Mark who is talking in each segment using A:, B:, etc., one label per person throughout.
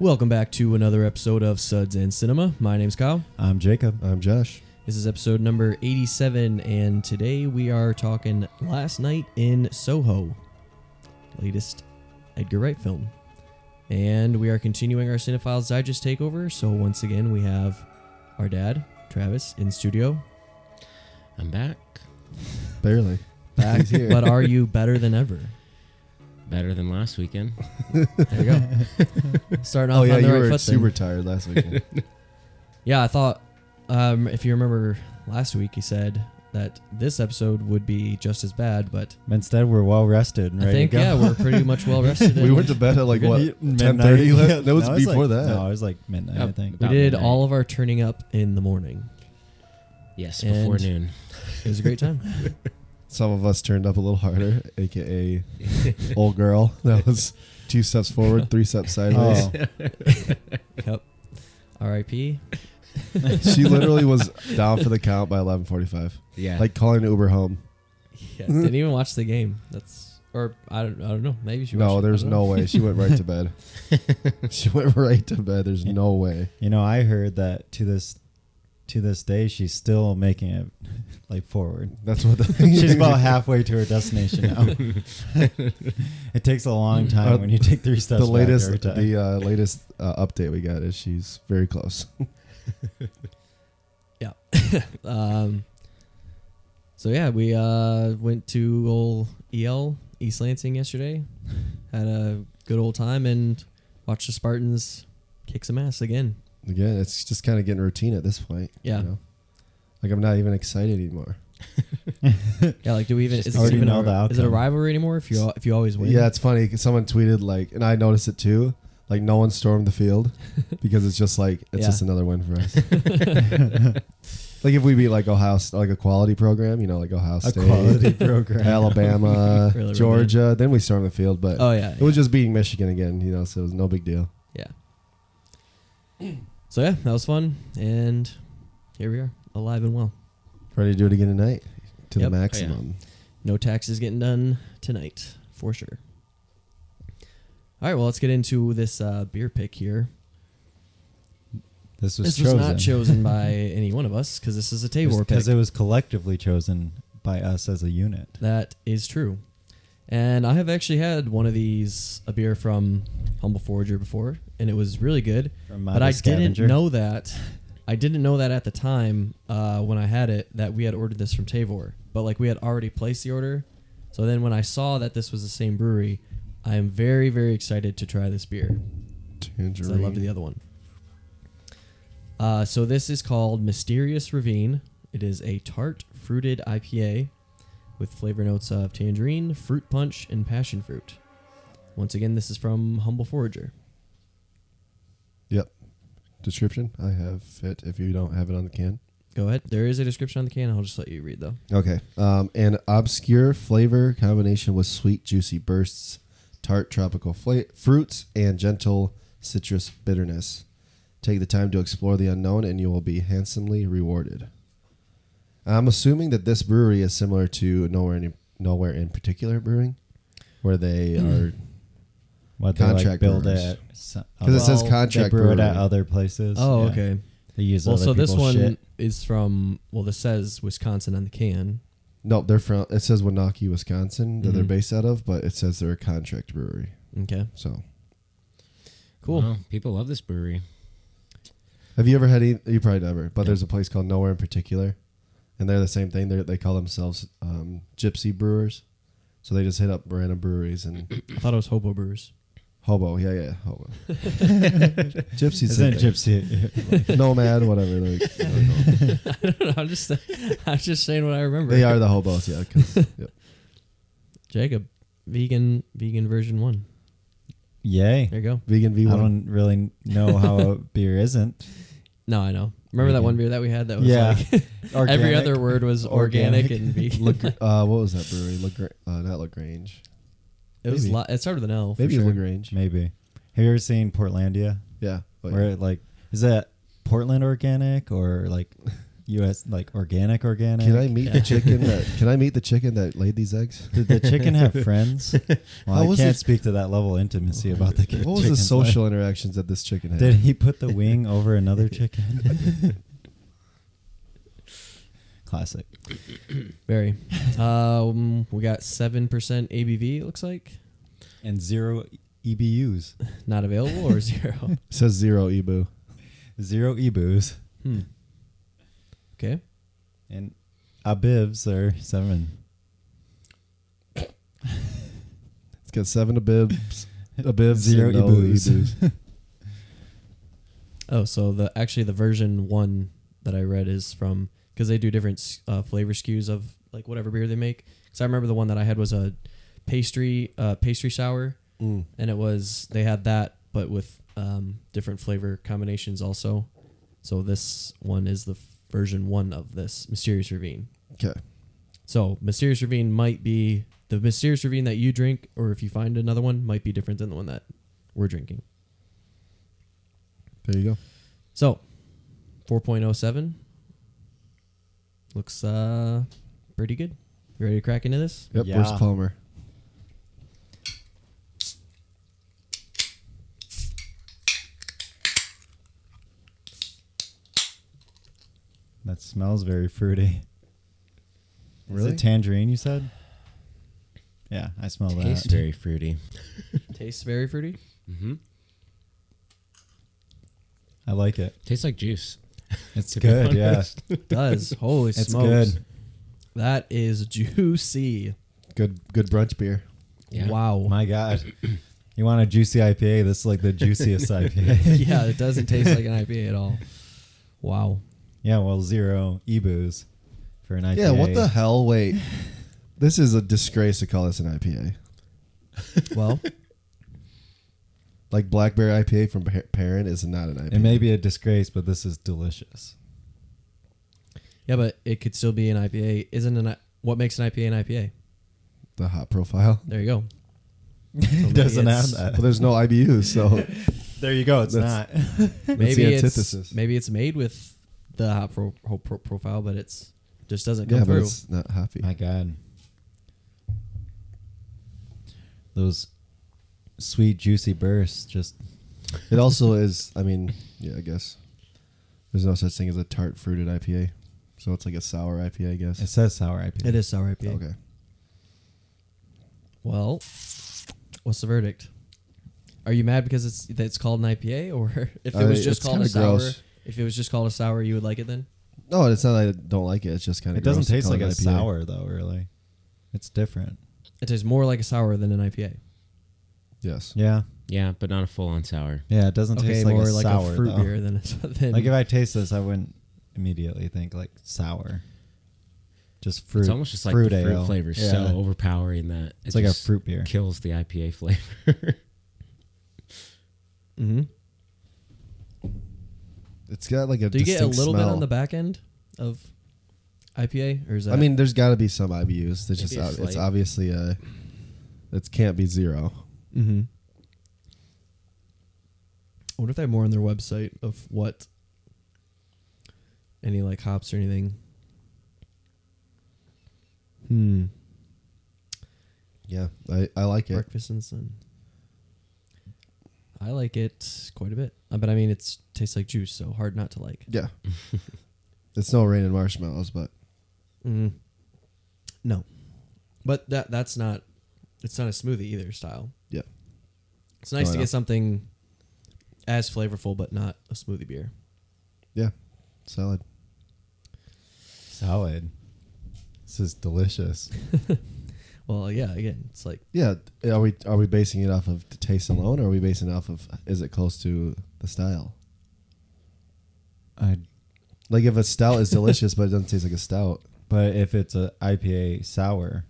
A: Welcome back to another episode of Suds and Cinema. My name's Kyle.
B: I'm Jacob.
C: I'm Josh.
A: This is episode number 87, and today we are talking Last Night in Soho, latest Edgar Wright film. And we are continuing our Cinephiles Digest takeover. So, once again, we have our dad, Travis, in studio.
D: I'm back.
C: Barely.
A: Back, but are you better than ever?
D: Better than last weekend.
A: There you go. Starting off
C: Oh, yeah,
A: on the
C: you
A: right
C: were
A: foot. then.
C: super tired last weekend.
A: Yeah, I thought um, if you remember last week, he said that this episode would be just as bad, but
B: Instead, we're well rested and
A: I
B: ready
A: think
B: to go.
A: yeah, we're pretty much well rested.
C: we
A: and
C: went to bed at like what?
B: Midnight.
C: 10:30?
B: Yeah.
C: That was
B: No,
C: before
B: like-
C: that.
B: No, it was like midnight. I
D: Yep.
B: think.
A: we
D: about
A: did
D: midnight.
A: all of our turning up in the morning.
D: Yes,
A: And-
D: before noon.
A: It was a great time.
C: Some of us turned up a little harder, aka old girl. That was two steps forward, three steps sideways.
B: Oh,
A: yep. R.I.P.
C: She literally was down for the count by 11:45,
D: Yeah.
C: like calling Uber home.
A: Yeah, didn't even watch the game. That's or I don't I don't know. Maybe she. watched
C: no,
A: it. I
C: there's
A: don't
C: no
A: know.
C: way. She went right to bed. she went right to bed. There's
B: Yeah.
C: no way.
B: you know, I heard that to this to this day, she's still making it like forward.
C: That's what the
B: she's about halfway to her destination now. it takes a long time
C: Uh,
B: when you take three steps.
C: the
B: back
C: latest
B: every time.
C: the uh, latest uh, update we got is she's very close.
A: Um. So yeah, we uh went to old EL East Lansing yesterday. Had a good old time and watched the Spartans kick some ass again.
C: Again, it's just kind of getting routine at this point. you
A: Yeah.
C: know? Like I'm not even excited anymore.
A: Yeah, like do we even
D: Just
A: is it
B: already
A: even
B: know
A: a,
B: the
A: is it a
B: outcome.
A: rivalry anymore if you al- if you always win?
C: Yeah, it's funny. 'cause someone tweeted like, and I noticed it too. Like no one stormed the field because it's just like it's
A: Yeah.
C: just another win for us. like if we beat like Ohio, S- like a quality program, you know, like Ohio
B: a
C: State,
B: quality program.
C: Alabama,
A: Really, really
C: Georgia, then we stormed the field. But
A: Oh yeah.
C: it was just beating Michigan again, you know, so it was no big deal.
A: So yeah, that was fun, and here we are, alive and well.
C: Ready to do it again tonight to
A: Yep.
C: the
A: Oh, yeah.
C: maximum.
A: No taxes getting done tonight for sure. All right, well, let's get into this uh, beer pick here.
B: This
A: This
B: was chosen.
A: was not chosen by any one of us because this is a Tabor pick.
B: because it was collectively chosen by us as a unit.
A: That is true. And I have actually had one of these, a beer from Humble Forager before, and it was really good.
B: From
A: but I
B: Modest Scavenger.
A: didn't know that. I didn't know that at the time uh, when I had it that we had ordered this from Tavor. But like we had already placed the order. So then when I saw that this was the same brewery, I am very, very excited to try this beer. Because I
C: Tangerine.
A: loved the other one. Uh, so this is called Mysterious Ravine. It is a tart fruited IPA with flavor notes of tangerine, fruit punch, and passion fruit. Once again, this is from Humble Forager.
C: Description. I have it. If you don't have it on the can.
A: Go ahead. There is a description on the can. I'll just let you read though.
C: Okay. Um, an obscure flavor combination with sweet, juicy bursts, tart tropical fla- fruits, and gentle citrus bitterness. Take the time to explore the unknown, and you will be handsomely rewarded. I'm assuming that this brewery is similar to nowhere in nowhere in particular brewing, where they
A: Mm.
C: are.
B: what they like
C: Contract
B: build
C: brewers.
B: it
C: Because it says
A: Well,
B: they
C: contract
B: brew it
C: brewery.
B: at other places.
A: Oh,
B: Yeah.
A: okay.
B: They use
A: Well,
B: other
A: so this
B: people's
A: one
B: shit.
A: is from. Well, this says Wisconsin on the can.
C: No, they're from. It says Winaki, Wisconsin, that they're
A: Mhm.
C: based out of, but it says they're a contract brewery.
A: Okay,
C: So,
A: cool.
D: Wow, people love this brewery.
C: Have you ever had? Any, you probably never. But
D: No.
C: there's a place called Nowhere in particular, and they're the same thing. They they call themselves um, Gypsy Brewers, so they just hit up random breweries and
A: I thought it was Hobo Brewers.
C: hobo. Yeah, yeah, hobo. Gypsy,
B: Isn't it
C: same
B: gypsy?
C: thing. nomad, whatever. Like,
A: I'm just, I'm just saying what I remember.
C: they are the hobos. Yeah, 'cause- yep.
A: Jacob, vegan, vegan version one.
B: Yay.
A: There you go.
C: vegan V
B: I
C: one.
B: don't really know how a beer isn't.
A: No, I know. Remember that
B: Vegan.
A: one beer that we had that was
B: Yeah.
A: like every
B: Organic.
A: other word was organic,
B: Organic.
A: and vegan.
C: Uh, what was that brewery? Lagra- uh, not Lagrange.
A: it was.
C: maybe.
A: Li- it started with an L. For
C: Maybe
A: sure.
C: Lagrange.
B: Maybe. Have you ever seen Portlandia?
C: Yeah. but-
B: Where it like is that Portland organic or like U.S. like organic, organic.
C: Can I meet
D: Yeah.
C: the chicken? That, can I meet the chicken that laid these eggs?
B: Did the chicken have friends?
C: How
B: Well, I
C: was
B: can't
C: it-
B: speak to that level of intimacy about the
C: What
B: chicken.
C: was the social interactions that this chicken had?
B: Did he put the wing over another chicken? Classic.
A: Very. Um, we got 7% ABV, it looks like.
B: And zero E EBUs.
A: Not available or zero?
C: It says zero E Ebu.
B: Zero E EBUs.
A: Hmm. Okay.
B: And abibs are seven.
C: It's got seven abibs, abibs,
B: Zero
C: and no
B: Ebus.
C: Ebus.
A: Oh, so the actually the version one that I read is from because they do different s- uh, flavor skews of like whatever beer they make. Because I remember the one that I had was a pastry uh, pastry sour,
C: Mm.
A: and it was they had that but with um, different flavor combinations also. So this one is the f- version one of this mysterious ravine.
C: Okay.
A: So mysterious ravine might be the mysterious ravine that you drink, or if you find another one, might be different than the one that we're drinking.
C: There you go.
A: So, 4.07 looks uh pretty good. You ready to crack into this?
C: Yep.
B: Yeah.
C: Where's Palmer?
B: That smells very fruity. Is
C: Really?
B: it tangerine, you said? Yeah, I smell
D: Tastes
B: that.
D: very fruity.
A: Tastes very fruity.
D: Mm-hmm.
B: I like it.
D: Tastes like juice.
B: It's
D: To be
B: good, yeah.
D: honest.
A: Does. Holy
B: It's
A: smokes.
B: good.
A: That is juicy.
C: Good. Good brunch beer.
D: Yeah.
A: Wow.
B: My God. You want a juicy IPA? This is like the juiciest IPA.
A: yeah, it doesn't taste like an IPA at all. Wow.
B: Yeah, well, zero EBUs for an IPA.
C: Yeah. What the hell? Wait. This is a disgrace to call this an IPA.
A: Well,
C: Like Blackberry IPA from Pa- Parent is not an IPA.
B: It may be a disgrace, but this is delicious.
A: yeah, but it could still be an IPA. Isn't an I- what makes an IPA an IPA?
C: the hot profile.
A: There you go.
B: it doesn't
A: it's-
B: have that.
C: Well, there's no IBUs, so
B: There you go. It's
C: That's-
B: not.
C: That's
A: Maybe
C: the
A: it's
C: antithesis.
A: maybe it's made with the hot pro- pro- pro- profile, but it's just doesn't come
C: yeah, but
A: through.
C: it's not hoppy.
B: My God. Those sweet, juicy bursts. Just
C: It also is. I mean, yeah, I guess there's no such thing as a tart fruited IPA, so it's like a sour IPA, I guess.
B: it says sour IPA.
A: It is sour IPA.
C: okay.
A: Well, what's the verdict? Are you mad because it's that it's called an IPA, or if it
C: Uh,
A: was just
C: it's
A: called a
C: kinda
A: sour?
C: gross.
A: If it was just called a sour, you would like it then?
C: No, it's not. that I don't like it. It's just kind of.
B: It doesn't taste like a sour though. Really, it's different.
A: It tastes more like a sour than an IPA.
C: Yes.
B: Yeah,
D: Yeah, but not a full on sour.
B: yeah. It doesn't
A: Okay,
B: taste like
A: more
B: a
A: like
B: sour
A: a fruit
B: though.
A: beer than a than
B: Like if I taste this, I wouldn't immediately think like sour. Just fruit.
D: It's almost just like
B: fruit
D: the
B: ale.
D: fruit flavor is
B: Yeah.
D: so overpowering that
B: It's like a
D: just
B: fruit beer.
D: kills the IPA flavor.
A: hmm
C: It's got like a.
A: Do you get a
C: distinct
A: little bit
C: smell.
A: on the back end of IPA, or is that?
C: I mean, there's got to be some IBUs. It's
D: Maybe
C: just
D: it's
C: it's, it's
D: like-
C: obviously a. It can't be zero.
A: hmm I wonder if they have more on their website of what any like hops or anything. Hmm.
C: Yeah, I, I like it.
A: Breakfast in the sun. I like it quite a bit, Uh, but I mean, it's tastes like juice, so hard not to like.
C: Yeah. it's no rain and marshmallows, but
A: Mm. No, but that that's not. It's not a smoothie either style.
C: Yeah.
A: It's nice
C: Oh,
A: to
C: yeah.
A: get something as flavorful, but not a smoothie beer.
C: salad.
B: Solid. This is delicious.
A: Well, yeah. Again, it's like
C: Yeah, are we are we basing it off of the taste alone, or are we basing it off of is it close to the style?
B: I,
C: Like if a stout is delicious, but it doesn't taste like a stout,
B: but if it's a IPA sour,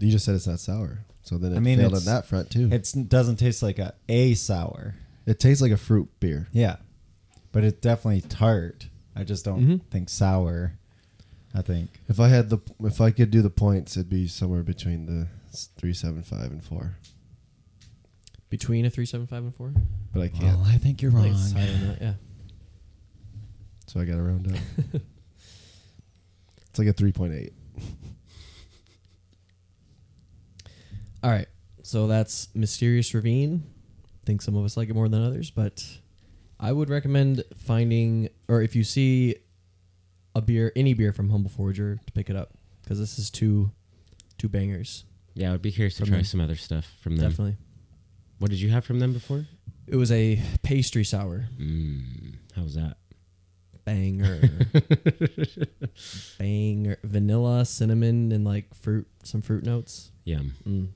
C: you just said it's not sour. So then it
B: I mean,
C: failed on
B: it's-
C: that front too. It,
B: it doesn't taste like a a sour.
C: tastes like a fruit beer.
B: Yeah, but it's definitely tart. I just don't
A: Mhm.
B: think sour. I think
C: If I had the if I could do the points, it'd be somewhere between the s- three seven five and four,
A: between a three seven five and four.
C: but I can't.
B: I think you're
A: Like, it's higher than that, yeah.
C: So I got to round up. it's like a 3.8.
A: All right. So that's Mysterious Ravine. I think some of us like it more than others, but I would recommend finding, or if you see a beer, any beer from Humble Forager, to pick it up because this is two, two bangers.
D: Yeah, I would be curious to
A: From
D: try
A: them.
D: some other stuff from them.
A: Definitely.
D: What did you have from them before?
A: It was a pastry sour
D: Mm, how was that?
A: banger, banger, vanilla, cinnamon, and like fruit, some fruit notes.
D: Yum.
A: Mm.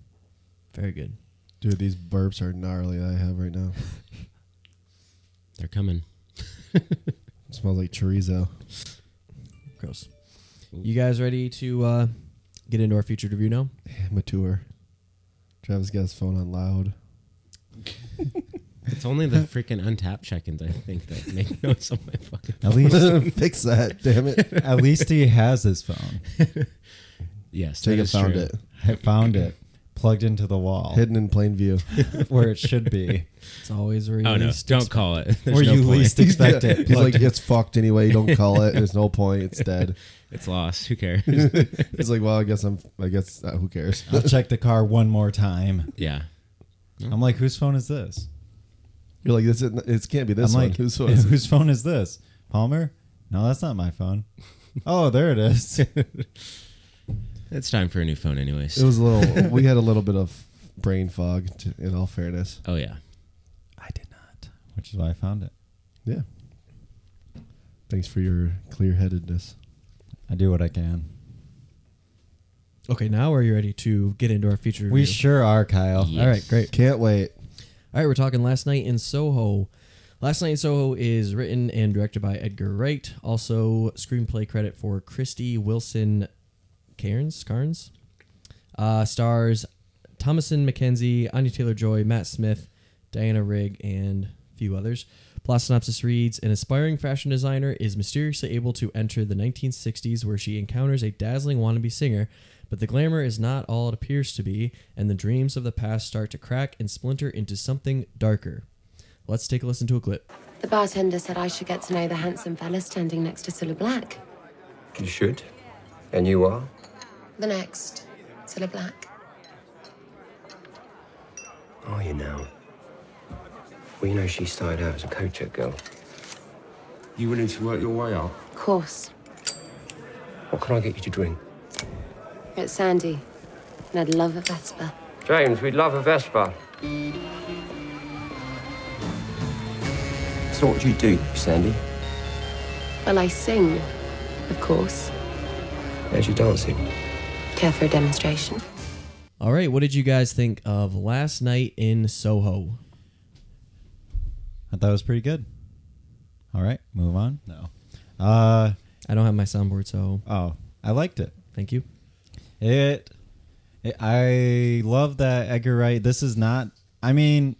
A: Very good.
C: Dude, these burps are gnarly that I have right now.
D: They're coming.
C: It smells like chorizo.
A: Gross. You guys ready to uh, get into our featured review now?
C: Mature. Travis got his phone on loud.
D: It's only the freaking untapped check-ins I think that make noise on my fucking.
B: At least,
C: Fix that, damn it.
B: at least he has his phone.
D: Yes, that
C: Jacob
D: is
C: found
D: true.
C: it.
B: I found it plugged into the wall
C: Hidden in plain view.
B: where it should be,
A: It's always where you
D: Oh no!
A: least
D: Don't call it. There's
B: or
D: no
B: you
D: point.
B: least expect it.
C: He's like,
B: plugged in.
C: it's fucked anyway. You don't call it. There's no point. It's dead.
D: It's lost. Who cares?
C: It's like, well, I guess I'm. I guess uh, who cares?
B: I'll check the car one more time.
D: yeah.
B: I'm like, whose phone is this?
C: You're like, this. Isn't, it can't be this
B: I'm
C: one.
B: like,
C: Whose one is it?
B: whose phone is this? Palmer? No, that's not my phone. oh, there it is.
D: It's time for a new phone, anyways.
C: It was a little. we had a little bit of brain fog. To, in all fairness,
D: oh yeah.
B: I did not, which is why I found it.
C: yeah. Thanks for your clear-headedness.
B: I do what I can.
A: Okay, now are you ready to get into our feature review?
B: We sure are, Kyle.
D: Yeah.
A: All right, great.
C: Can't wait.
A: All right, we're talking Last Night in Soho. Last Night in Soho is written and directed by Edgar Wright. Also, screenplay credit for Christy Wilson Cairns. Carnes uh, stars Thomason McKenzie, Anya Taylor Joy, Matt Smith, Diana Rigg, and a few others. Plot synopsis reads An aspiring fashion designer is mysteriously able to enter the 1960s where she encounters a dazzling wannabe singer, but the glamour is not all it appears to be, and the dreams of the past start to crack and splinter into something darker. Let's take a listen to a clip.
E: The bartender said I should get to know the handsome fella standing next to Cilla Black.
F: You should. And you are?
E: The next, Cilla Black.
F: Are you now? Well, you know, she started out as a coacher girl.
G: You willing to work your way up?
E: Course.
F: What can I get you to drink?
E: It's Sandy. And I'd love a Vespa.
F: James, we'd love a Vespa. So what do you do, Sandy?
E: Well, I sing, of course.
F: How's your dancing?
E: Care for a demonstration?
A: All right, what did you guys think of Last Night in Soho?
B: I thought it was pretty good. All right, move on. No. Uh
A: I don't have my soundboard, so
B: oh, I liked it.
A: thank you.
B: It, it I love that Edgar Wright. This is not I mean,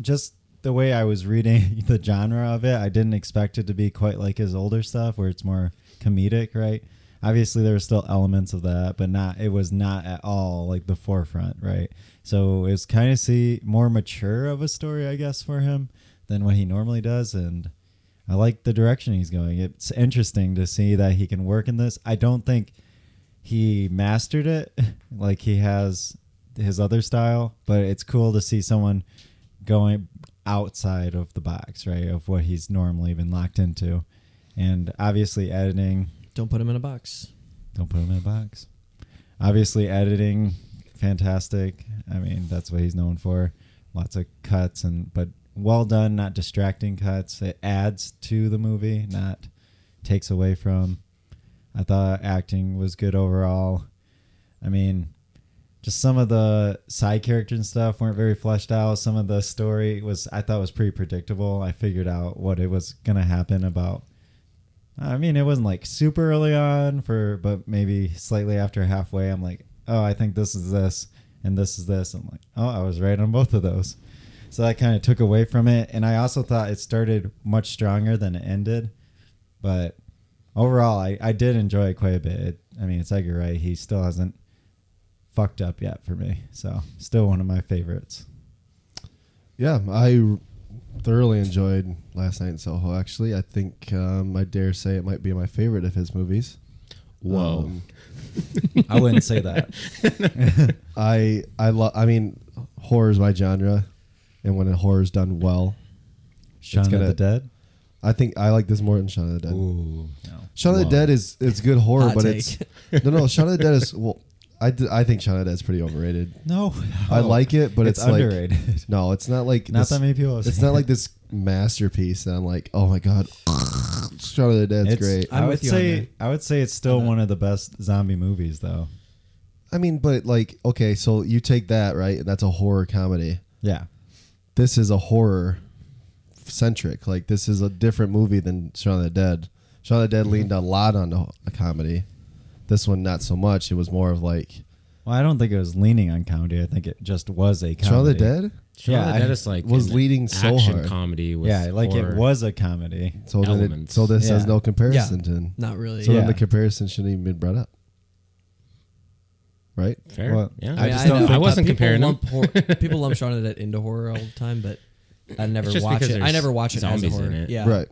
B: just the way I was reading the genre of it, I didn't expect it to be quite like his older stuff where it's more comedic, right? Obviously there were still elements of that, but not it was not at all like the forefront, right? So it's kind of see more mature of a story, I guess, for him than what he normally does and I like the direction he's going. It's interesting to see that he can work in this. I don't think he mastered it like he has his other style but it's cool to see someone going outside of the box right of what he's normally been locked into and obviously editing
A: Don't put him in a box.
B: don't put him in a box obviously editing fantastic i mean that's what he's known for lots of cuts and but well done not distracting cuts it adds to the movie not takes away from i thought acting was good overall i mean just some of the side character and stuff weren't very fleshed out some of the story was i thought was pretty predictable i figured out what it was going to happen about I mean, it wasn't like super early on for, but maybe slightly after halfway, I'm like, oh, I think this is this and this is this. I'm like, oh, I was right on both of those. So that kind of took away from it. And I also thought it started much stronger than it ended. But overall, I, I did enjoy it quite a bit. It, I mean, it's Edgar Wright. He still hasn't fucked up yet for me. So still one of my favorites.
C: Yeah, I thoroughly enjoyed Last Night in Soho. Actually, I think um, I dare say it might be my favorite of his movies.
D: Whoa.
C: Um,
B: I wouldn't say that.
C: I I love. I mean, horror is my genre, and when a horror is done well,
B: Shaun of
C: gonna-
B: the Dead.
C: I think I like this more than Shaun of the Dead.
B: Ooh, no.
C: Shaun of the
D: Wow.
C: Dead is it's good horror,
A: Hot
C: but
A: take.
C: it's no no. Shaun of the Dead is well, I, d- I think Shaun of the Dead is pretty overrated.
B: No,
C: I like it, but it's, like-
B: underrated.
C: no, it's not like
B: Not
C: this-
B: that many people. have
C: It's
B: seen
C: not
B: it.
C: like this masterpiece that I'm like, oh my god, Shaun of the Dead's
B: It's-
C: great.
B: I
A: I'm
B: would
A: with you on
B: say
A: that.
B: I would say it's still one of the best zombie movies, though.
C: I mean, but like, okay, so you take that right, and that's a horror comedy.
B: Yeah,
C: This is a horror centric. Like, this is a different movie than Shaun of the Dead. Shaun of the Dead
B: Mm-hmm.
C: leaned a lot on a, a comedy. This one, not so much. It was more of like
B: Well, I don't think it was leaning on comedy. I think it just was a comedy.
C: Shaun of the Dead.
D: Shaun of
B: Yeah,
D: the Dead
B: I
D: is like
C: was
D: an
C: leading so
D: action
C: hard.
D: comedy. With
B: Yeah, like
D: horror.
B: it was a comedy.
C: So then it,
D: Elements.
C: so this has
B: Yeah.
C: no comparison.
A: Yeah.
C: Then
A: Not really.
C: so
A: Yeah.
C: then the
B: Yeah.
C: comparison shouldn't even been brought up, right?
D: fair.
B: Well,
D: yeah,
B: I
A: mean,
B: just don't
A: know-
B: think-
D: I wasn't
A: people
D: comparing them.
A: lump hor- people lump Shaun of the Dead into horror all the time, but I never
D: just
A: watch
D: because
A: it. I
D: there's
A: never watch it as a
D: zombies in
A: horror.
D: it.
A: Yeah,
C: Right.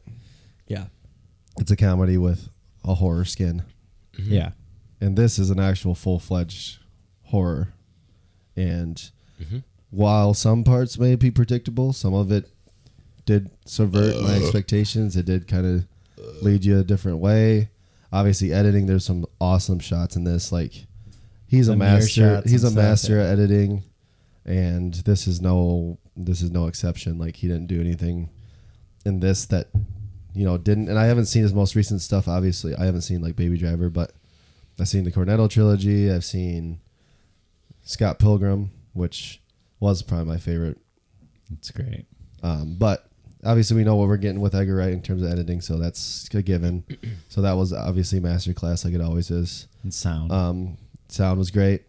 A: Yeah,
C: It's a comedy with a horror skin.
A: Mm-hmm.
B: Yeah,
C: and this is an actual full fledged horror. And while some parts may be predictable, some of it did subvert my expectations. It did kind of lead you a different way. Obviously, editing. There's some awesome shots in this. Like he's a
B: The mirror
C: master.
B: shots
C: He's a
B: and stuff,
C: master at editing, and this is no this is no exception. Like he didn't do anything in this that you know didn't. And I haven't seen his most recent stuff. Obviously, I haven't seen like Baby Driver, but I've seen the Cornetto trilogy. I've seen Scott Pilgrim, which was probably my favorite.
B: it's great.
C: Um, but obviously, we know what we're getting with Edgar Wright in terms of editing, so that's a given. So that was obviously masterclass, like it always is.
B: And sound.
C: Um, sound was great.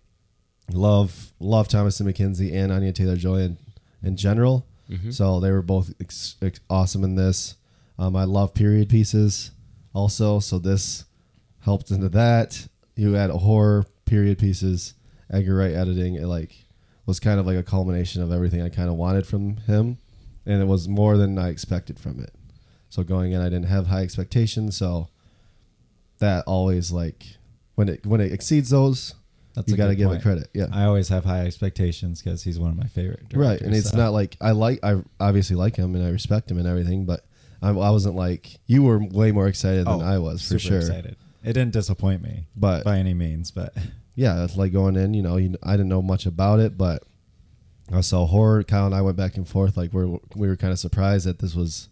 C: Love love Thomas and McKenzie and Anya Taylor Joy in, in general. So they were both ex- ex- awesome in this. Um, I love period pieces also. So this helped into that. You add a horror period pieces. Edgar Wright editing it like was kind of like a culmination of everything I kind of wanted from him, and it was more than I expected from it. So going in, I didn't have high expectations. So that always like when it when it exceeds those,
B: That's
C: you
B: a
C: got to
B: good
C: give
B: point.
C: it credit. Yeah,
B: I always have high expectations because he's one of my favorite. Directors,
C: right. And it's
B: so-
C: not like I like I obviously like him and I respect him and everything, but I, I wasn't like you were way more excited
B: Oh,
C: than I was for
B: super
C: sure.
B: Excited. It didn't disappoint me,
C: But-
B: by any means. But
C: yeah, it's like going in, you know, you, I didn't know much about it, but I saw horror. Kyle and I went back and forth. Like we're, we were kind of surprised that this was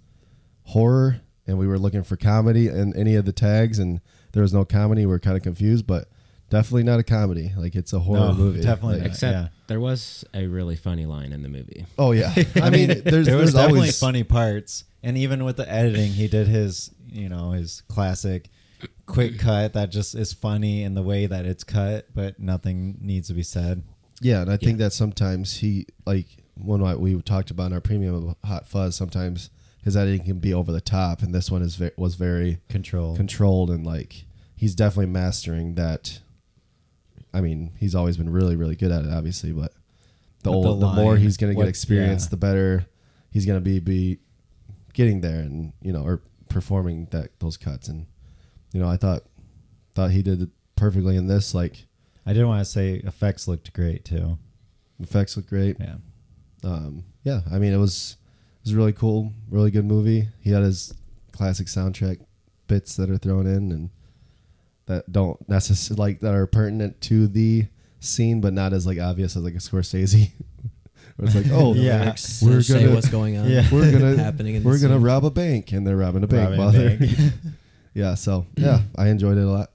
C: horror and we were looking for comedy and any of the tags and there was no comedy. We are kind of confused, but definitely not a comedy. Like it's a horror
B: No,
C: movie.
B: definitely
C: Like-
B: not.
D: Except
B: Yeah.
D: there was a really funny line in the movie.
C: Oh yeah. I mean, there's,
B: there was
C: there's
B: definitely
C: always
B: funny parts, and even with the editing, he did his you know his classic quick cut that just is funny in the way that it's cut, but nothing needs to be said.
C: Yeah, and I think that sometimes he like when I, we talked about in our premium of Hot Fuzz, sometimes his editing can be over the top, and this one is ve- was very
B: Control.
C: controlled and like he's definitely mastering that. I mean, he's always been really, really good at it, obviously, but the
B: But
C: old,
B: the
C: the, more
B: line,
C: he's going to
B: what-
C: get experience,
B: yeah.
C: the better he's going to be be getting there, and you know, or performing that those cuts, and you know, I thought thought he did it perfectly in this. Like
B: I did want to say effects looked great too.
C: effects look great.
B: Yeah.
C: um, yeah, I mean, it was it was really cool, really good movie. He had his classic soundtrack bits that are thrown in and that don't necessarily like that are pertinent to the scene, but not as like obvious as like a Scorsese. Where it's like, oh
B: Yeah.
C: yeah,
A: Lyrics
C: We're
A: to say
C: gonna-
A: what's going on.
B: Yeah.
C: we're gonna
A: happening in
C: we're
A: this
C: gonna
A: scene.
C: rob a bank, and they're robbing a bank.
B: Robbing a
C: while they're-
B: bank.
C: yeah, so yeah, I enjoyed it a lot.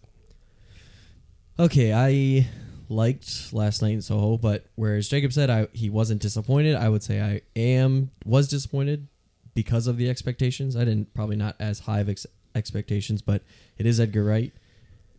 A: Okay, I liked last night in Soho, but whereas Jacob said I he wasn't disappointed, I would say I am was disappointed because of the expectations. I didn't probably not as high of ex- expectations, but it is Edgar Wright,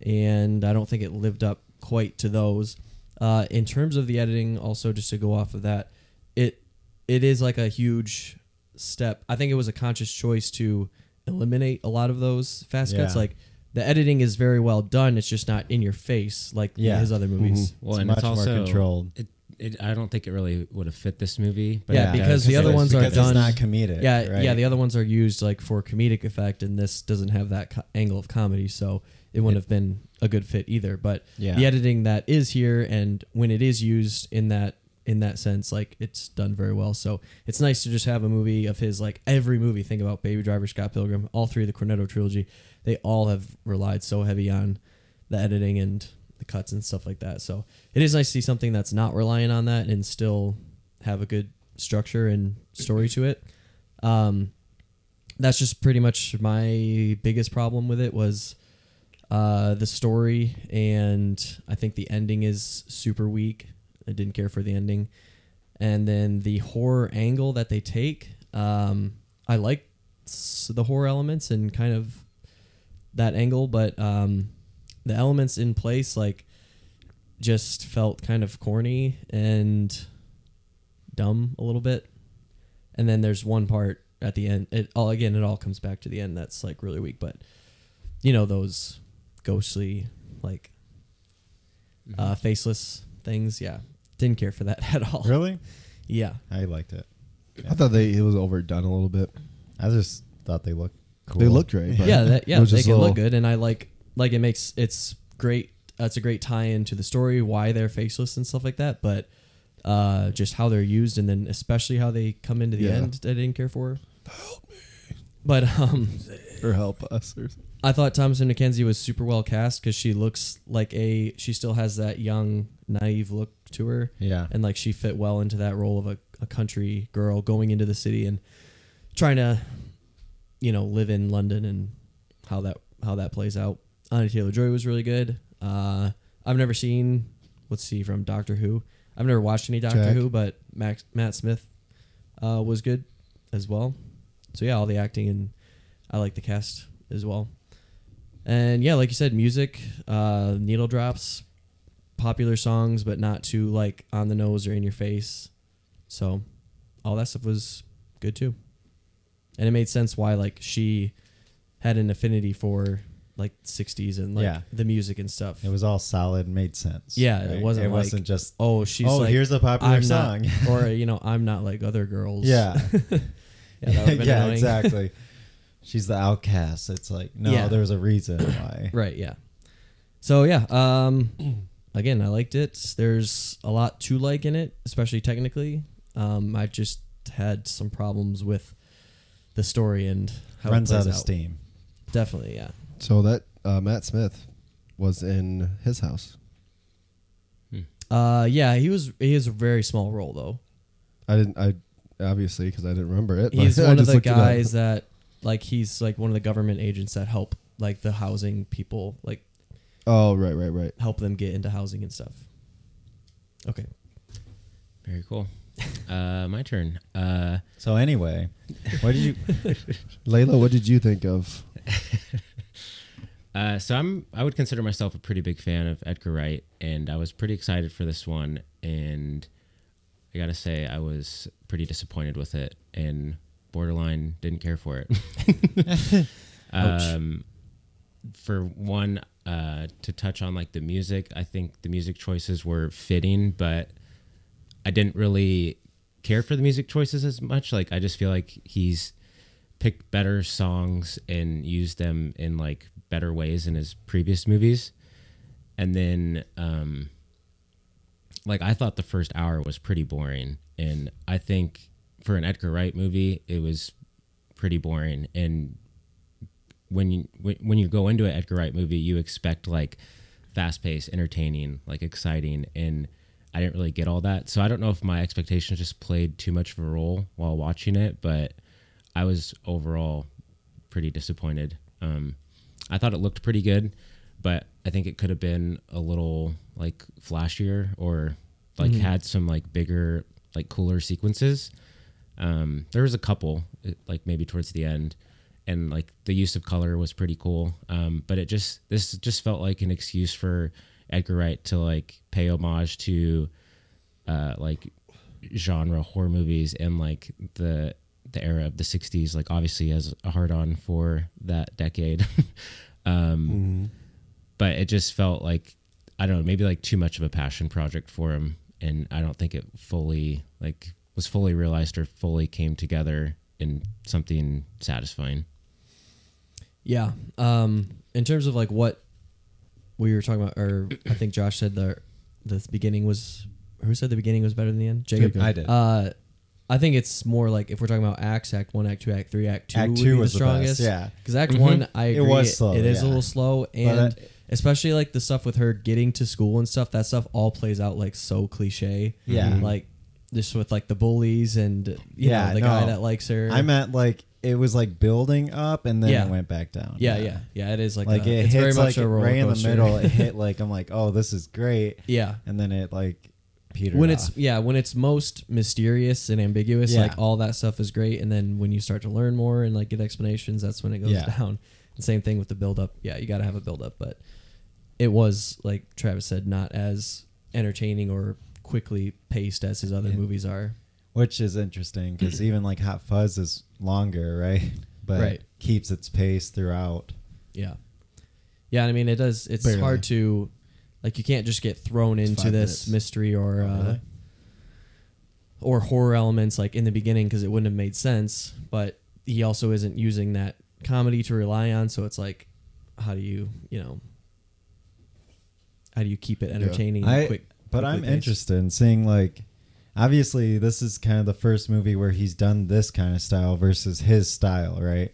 A: and I don't think it lived up quite to those. Uh, in terms of the editing, also just to go off of that, it it is like a huge step. I think it was a conscious choice to eliminate a lot of those fast cuts,
B: Yeah.
A: like the editing is very well done. It's just not in your face like
B: Yeah.
A: his other movies.
D: Mm-hmm. Well,
B: It's
D: and
B: much
D: it's
B: more
D: also
B: controlled.
D: It, it, I don't think it really would have fit this movie. But
A: Yeah,
D: it
A: because
D: does.
A: the other
B: it's-
A: ones are
B: because
A: done-
B: It's not comedic.
A: yeah,
B: right?
A: yeah. The other ones are used like for comedic effect, and this doesn't have that co- angle of comedy, so it wouldn't have been a good fit either. But
B: Yeah.
A: the editing that is here, and when it is used in that in that sense, like it's done very well. So it's nice to just have a movie of his, like every movie. Think about Baby Driver, Scott Pilgrim, all three of the Cornetto trilogy. They all have relied so heavy on the editing and the cuts and stuff like that. So it is nice to see something that's not relying on that and still have a good structure and story to it. Um, that's just pretty much my biggest problem with it was uh, the story, and I think the ending is super weak. I didn't care for the ending, and then the horror angle that they take. Um, I like s- the horror elements and kind of that angle, but um, the elements in place like just felt kind of corny and dumb a little bit. And then there's one part at the end. It all again, it all comes back to the end. That's like really weak, but you know those ghostly, like uh, faceless things. Yeah, didn't care for that at all.
B: Really?
A: Yeah,
B: I liked it.
C: I thought they it was overdone a little bit.
B: I just thought they looked cool.
C: They looked great. but
A: yeah, that,
C: it
A: yeah.
C: was
A: They
C: just
A: can
C: a
A: look
C: little-
A: good, and I like like it makes it's great. That's a great tie-in to the story, why they're faceless and stuff like that. But uh, just how they're used, and then especially how they come into the
C: Yeah.
A: end, I didn't care for. Help me. But um,
C: Or help us. Or
A: I thought Thompson McKenzie was super well cast because she looks like a she still has that young naive look to her,
B: Yeah.
A: and like she fit well into that role of a, a country girl going into the city and trying to, you know, live in London and how that how that plays out. Anna Taylor Joy was really good. Uh, I've never seen what's see from Doctor Who. I've never watched any Doctor
C: Jack.
A: Who, but Max, Matt Smith uh, was good as well. So yeah, all the acting and I like the cast as well. And yeah, like you said, music, uh, needle drops, popular songs, but not too like on the nose or in your face. So all that stuff was good too. And it made sense why like she had an affinity for like sixties and like
B: Yeah.
A: the music and stuff.
B: It was all solid, made sense.
A: Yeah, it
B: right?
A: wasn't
B: It
A: like-
B: wasn't just.
A: oh, she's
B: oh,
A: like
B: here's a popular
A: I'm
B: song.
A: not- or you know, I'm not like other girls.
B: yeah.
A: yeah, that would've been
B: yeah.
A: annoying.
B: Exactly. She's the outcast. It's like no,
A: Yeah.
B: there was a reason why.
A: Right, yeah. So yeah, um again, I liked it. There's a lot to like in it, especially technically. Um I just had some problems with the story and how
B: Runs
A: it plays
B: out of steam.
A: Definitely, yeah.
C: So that uh, Matt Smith was in his house.
A: Uh yeah, he was he is a very small role though.
C: I didn't. I obviously because I didn't remember it. but
A: He's
C: I
A: one of
C: just
A: the
C: looked it up.
A: guys that like he's like one of the government agents that help like the housing people like
C: Oh right, right, right.
A: help them get into housing and stuff. Okay.
D: Very cool. Uh, my turn. Uh,
B: So anyway, what did you?
C: Layla, what did you think of?
D: Uh, so I'm I would consider myself a pretty big fan of Edgar Wright, and I was pretty excited for this one, and I gotta say I was pretty disappointed with it, and borderline didn't care for it. um, for one, uh, to touch on like the music, I think the music choices were fitting, but I didn't really care for the music choices as much. Like I just feel like he's picked better songs and used them in like better ways in his previous movies. And then um like I thought the first hour was pretty boring and I think for an Edgar Wright movie it was pretty boring and when you when when you go into an Edgar Wright movie you expect like fast paced, entertaining, like exciting and I didn't really get all that. So I don't know if my expectations just played too much of a role while watching it, but I was overall pretty disappointed. Um, I thought it looked pretty good, but I think it could have been a little like flashier or like had some like bigger, like cooler sequences. Um, there was a couple, it- like maybe towards the end, and like the use of color was pretty cool. Um, but it just this just felt like an excuse for Edgar Wright to like pay homage to uh, like genre horror movies and like the the era of the 60s like obviously has a hard on for that decade um but it just felt like i don't know maybe like too much of a passion project for him and I don't think it fully like was fully realized or fully came together in something satisfying.
A: Yeah. Um, in terms of like what we were talking about, or I think Josh said the the beginning was who said the beginning was better than the end. Jacob.
B: I did.
A: Uh, I think it's more like if we're talking about acts, Act One, Act Two, Act Three, Act Two.
B: Act
A: would
B: two
A: be
B: was
A: the
B: the best,
A: strongest.
B: yeah.
A: Because Act One, I
B: It
A: agree,
B: was slow,
A: It is
B: yeah.
A: a little slow, and
B: that-
A: especially like the stuff with her getting to school and stuff. That stuff all plays out like so cliche.
B: Yeah.
A: Like just with like the bullies and you
B: Yeah,
A: know, the
B: no.
A: guy that likes her.
B: I meant like it was like building up and then
A: Yeah.
B: it went back down.
A: yeah, yeah, yeah. It is like,
B: Like
A: a-
B: it
A: it's very
B: hits
A: much
B: like
A: a roller
B: right in the
A: coaster.
B: middle. It hit like I'm like, oh, this is great.
A: yeah.
B: And then it like petered
A: when
B: off.
A: it's yeah when it's most mysterious and ambiguous
B: Yeah.
A: like all that stuff is great and then when you start to learn more and like get explanations that's when it goes
B: Yeah.
A: down and same thing with the build up yeah you got to have a build up but it was like Travis said not as entertaining or quickly paced as his other
B: Yeah.
A: movies are
B: which is interesting because even like Hot Fuzz is longer, right? But
A: Right.
B: keeps its pace throughout.
A: yeah yeah I mean it does it's
B: Barely.
A: hard to like you can't just get thrown into
B: five
A: this
B: minutes.
A: mystery or
B: Oh,
A: uh,
B: really?
A: or horror elements like in the beginning because it wouldn't have made sense. But he also isn't using that comedy to rely on, so it's like, how do you you know, how do you keep it entertaining? and
B: I,
A: quick,
B: but
A: quickly
B: I'm
A: paced?
B: interested in seeing like, obviously this is kind of the first movie where he's done this kind of style versus his style, right?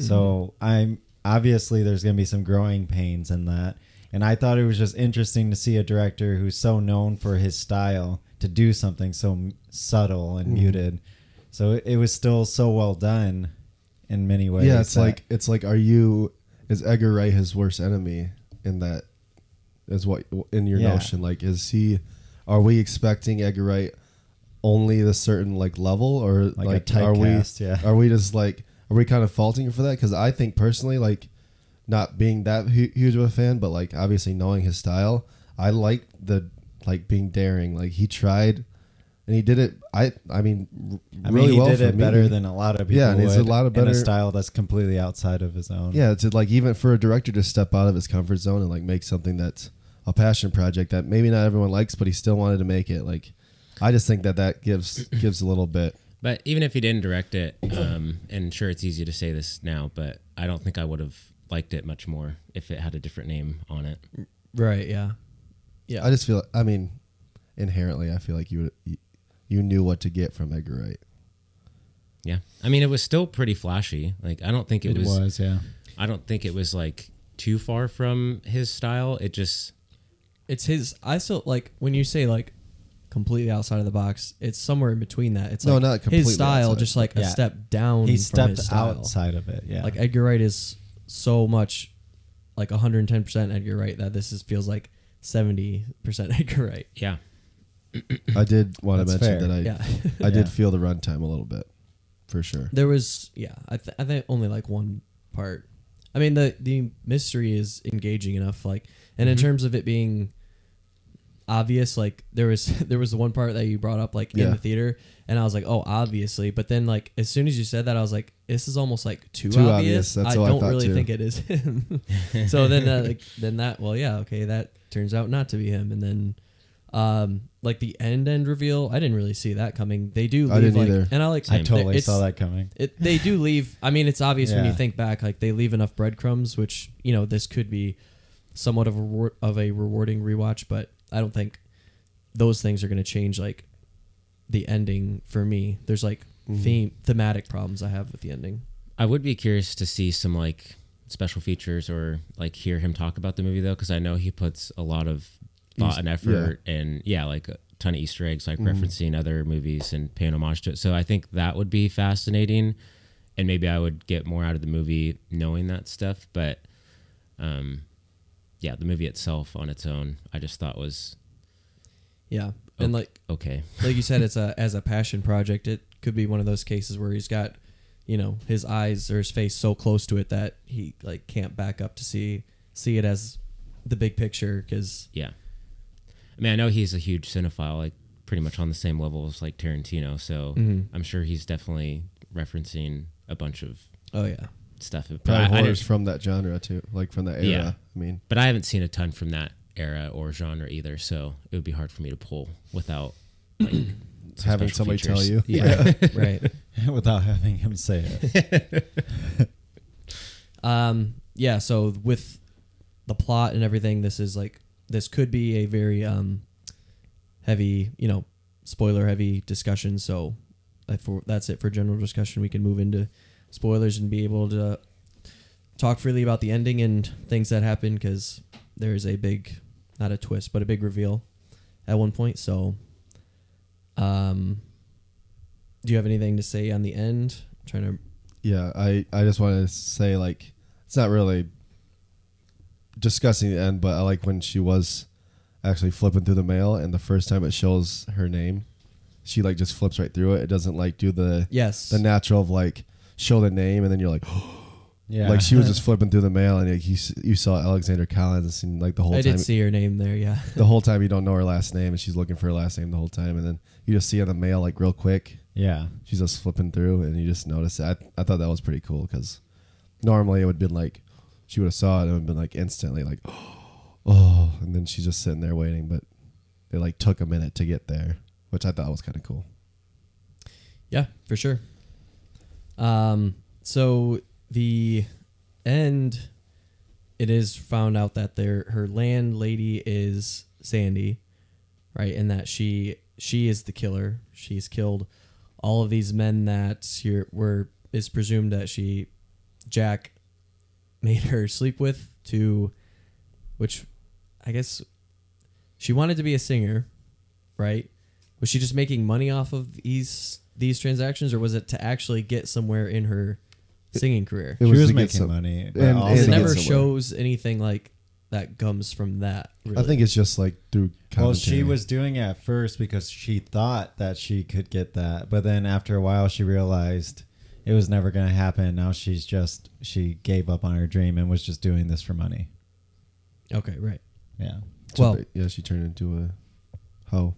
B: So
C: Mm-hmm.
B: I'm obviously there's gonna be some growing pains in that, and I thought it was just interesting to see a director who's so known for his style to do something so m- subtle
C: Mm-hmm.
B: and muted. So it, it was still so well done in many ways.
C: yeah, it's
B: that-
C: like it's like are you is Edgar Wright his worst enemy in that is what in your
B: Yeah.
C: notion like is he are we expecting Edgar Wright only the certain like level or
B: a
C: like, are
B: typecast,
C: we
B: yeah.
C: are we just like are we kind of faulting for that cuz I think personally like not being that hu- huge of a fan but like obviously knowing his style I like the like being daring like he tried and he did it I I mean r-
B: I
C: really
B: mean, he
C: well
B: did
C: for
B: it
C: me.
B: better than a lot of people.
C: Yeah, and it's a
B: would
C: lot of
B: in
C: better-
B: a style that's completely outside of his own.
C: Yeah, to like even for a director to step out of his comfort zone and like make something that's a passion project that maybe not everyone likes, but he still wanted to make it. Like, I just think that that gives gives a little bit.
D: But even if he didn't direct it, um, and sure, it's easy to say this now, but I don't think I would have liked it much more if it had a different name on it.
A: right? Yeah, yeah.
C: I just feel. I mean, inherently, I feel like you would- you knew what to get from Edgar Wright.
D: Yeah, I mean, it was still pretty flashy. Like, I don't think it,
B: it
D: was,
B: was. Yeah,
D: I don't think it was like too far from his style. It just
A: it's his. I still like when you say like completely outside of the box. It's somewhere in between that. It's
C: No,
A: like
C: not completely
A: his style,
C: outside.
A: just like a
B: Yeah.
A: step down.
B: he
A: from
B: stepped
A: his style.
B: outside of it. Yeah,
A: Like Edgar Wright is so much like 110% Edgar Wright that this is feels like 70% Edgar Wright.
D: yeah,
C: I did want to
B: That's
C: mention
B: fair.
C: that I
A: Yeah.
C: I did
B: Yeah.
C: feel the runtime a little bit, for sure.
A: there was yeah, I th- I think only like one part. I mean the the mystery is engaging enough like and
C: Mm-hmm.
A: in terms of it being obvious like there was there was the one part that you brought up like in
C: Yeah.
A: the theater and I was like, "Oh, obviously." But then like as soon as you said that, I was like, "This is almost like too,
C: Too
A: obvious."
C: obvious, that's
A: I
C: what I
A: don't
C: thought
A: really
C: too.
A: think it is him. so then uh, like, then that well, yeah, okay, that turns out not to be him and then um like the end end reveal, I didn't really see that coming. They do leave
C: I didn't
A: like
C: either.
A: and I like
B: I totally
A: it's-
B: saw that coming.
A: it, they do leave. I mean, it's obvious when you
B: Yeah.
A: think back, like they leave enough breadcrumbs, which you know this could be somewhat of a reward, of a rewarding rewatch. But I don't think those things are going to change like the ending for me. There's like theme thematic problems I have with the ending.
D: I would be curious to see some like special features or like hear him talk about the movie though, because I know he puts a lot of thought and effort and yeah, like a ton of Easter eggs, like referencing other movies and paying homage to it. So I think that would be fascinating, and maybe I would get more out of the movie knowing that stuff. But um, yeah, the movie itself on its own, I just thought was
A: Yeah, and like
D: okay.
A: like you said, it's a as a passion project. It could be one of those cases where he's got, you know, his eyes or his face so close to it that he like can't back up to see see it as the big picture because
D: Yeah. I mean, I know he's a huge cinephile, like pretty much on the same level as like Tarantino. So
C: Mm-hmm.
D: I'm sure he's definitely referencing a bunch of
A: Oh yeah,
D: stuff. But
C: Probably
D: I, I
C: horrors
D: didn't-
C: from that genre too, like from that era.
D: Yeah.
C: I mean,
D: but I haven't seen a ton from that era or genre either, so it would be hard for me to pull without like some
C: Having
D: special
C: somebody tell
D: features.
C: you.
D: Yeah.
A: right.
B: without having him say it.
A: Um, yeah. So with the plot and everything, this is like this could be a very um, heavy, you know, spoiler heavy discussion. So I- for that's it for general discussion. We can move into spoilers and be able to talk freely about the ending and things that happen because there is a big, not a twist, but a big reveal at one point. So, um, do you have anything to say on the end? I'm trying to
C: Yeah, I, I just want to say like it's not really discussing the end, but I like when she was actually flipping through the mail and the first time it shows her name, she like just flips right through it. It doesn't like do the
A: yes
C: the natural of like show the name and then you're like
B: Yeah,
C: like she was just flipping through the mail and like, you s- you saw Alexander Collins and like the whole
A: I
C: time
A: did see her name there. Yeah.
C: the whole time you don't know her last name and she's looking for her last name the whole time and then you just see on the mail like real quick
B: yeah.
C: she's just flipping through and you just notice it. I, I thought that was pretty cool because normally it would have been like she would have saw it and would have been like instantly like oh and then she's just sitting there waiting but it like took a minute to get there which I thought was kind of cool
A: Yeah, for sure. Um, so the end, it is found out that their her landlady is Sandy, right, and that she she is the killer. She's killed all of these men that here were is presumed that she Jack made her sleep with to, which I guess she wanted to be a singer, right? Was she just making money off of these these transactions, or was it to actually get somewhere in her singing career?
C: It
B: she
C: was
B: was
C: to get
B: making
C: some-
B: money, but
C: and-
B: also
C: and
A: Because it
C: get
A: never
C: somewhere.
A: shows anything like that comes from that. Really.
C: I think it's just like through commentary.
B: Well, she was doing it at first because she thought that she could get that, but then after a while, she realized it was never going to happen. Now she's just she gave up on her dream and was just doing this for money.
A: okay, right.
B: Yeah,
A: Well,
C: yeah she turned into a hoe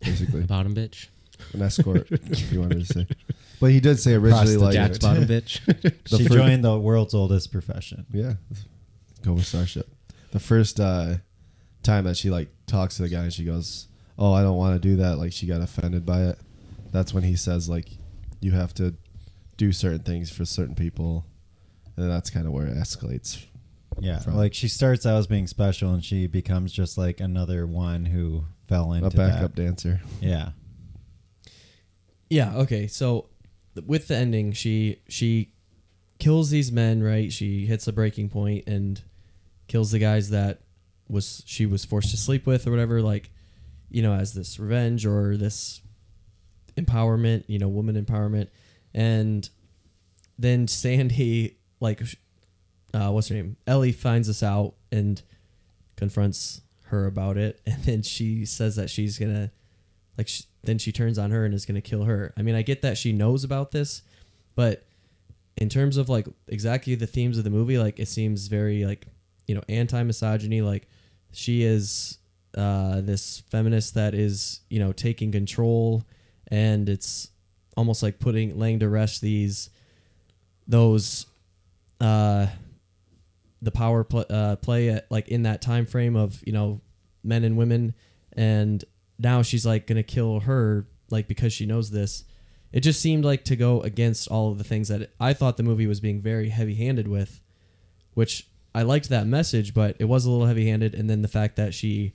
C: basically
D: The bottom bitch.
C: an escort if you wanted to say but he did say originally
B: Prostitute.
C: like
D: Jack's bottom bitch.
C: The
B: she
C: fir-
B: joined the world's oldest profession.
C: Yeah. Go with Starship. The first uh, time that she like talks to the guy and she goes, Oh, I don't want to do that, like she got offended by it. That's when he says like you have to do certain things for certain people. And that's kind of where it escalates.
B: Yeah,
C: From-
B: like she starts out as being special, and she becomes just like another one who fell into
C: A backup
B: that.
C: dancer.
B: Yeah,
A: Yeah. Okay. So, th- with the ending, she she kills these men. Right. She hits a breaking point and kills the guys that was she was forced to sleep with or whatever. Like, you know, as this revenge or this empowerment. You know, woman empowerment. And then Sandy, like, sh- uh, what's her name? Ellie finds this out and confronts her about it, and then she says that she's gonna like sh then she turns on her and is going to kill her i mean i get that she knows about this but in terms of like exactly the themes of the movie like it seems very like you know anti-misogyny like she is uh this feminist that is you know taking control and it's almost like putting laying to rest these those uh the power pl- uh, play at, like in that time frame of you know men and women and now she's like gonna kill her like because she knows this it just seemed like to go against all of the things that i thought the movie was being very heavy handed with which i liked that message but it was a little heavy handed and then the fact that she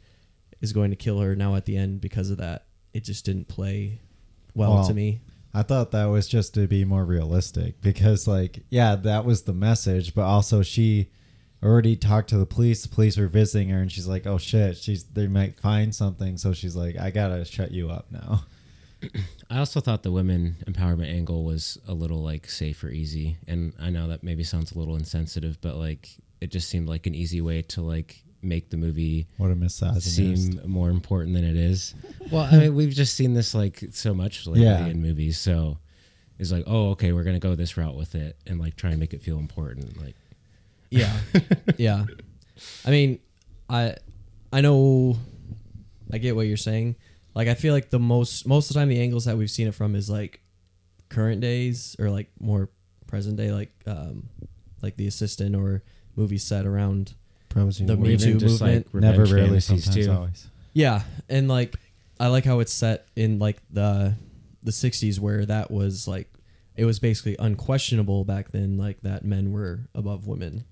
A: is going to kill her now at the end because of that it just didn't play well,
B: Well,
A: to me
B: I thought that was just to be more realistic because, like, yeah, that was the message, but also she already talked to the police. The police were visiting her, and she's like, "Oh shit, she's they might find something." So she's like, "I gotta shut you up now."
D: I also thought the women empowerment angle was a little like safe or easy, and I know that maybe sounds a little insensitive, but like it just seemed like an easy way to like make the movie
B: What a misogynist!
D: seem more important than it is. Well,
A: Hmm.
D: I mean, we've just seen this like so much lately
B: Yeah.
D: in movies, so it's like, oh, okay, we're gonna go this route with it, and like try and make it feel important. Like,
A: Yeah. yeah. I mean, I I know I get what you're saying. Like I feel like the most most of the time the angles that we've seen it from is like current days or like more present day like um like the assistant or movie set around
C: promising.
A: The
C: The
A: Me
D: even
A: Too
D: just
A: movement.
D: like revenge
B: Never really,
D: fantasies
B: sometimes
D: too.
B: always.
A: Yeah, and like I like how it's set in like the the '60s where that was like it was basically unquestionable back then, like that men were above women.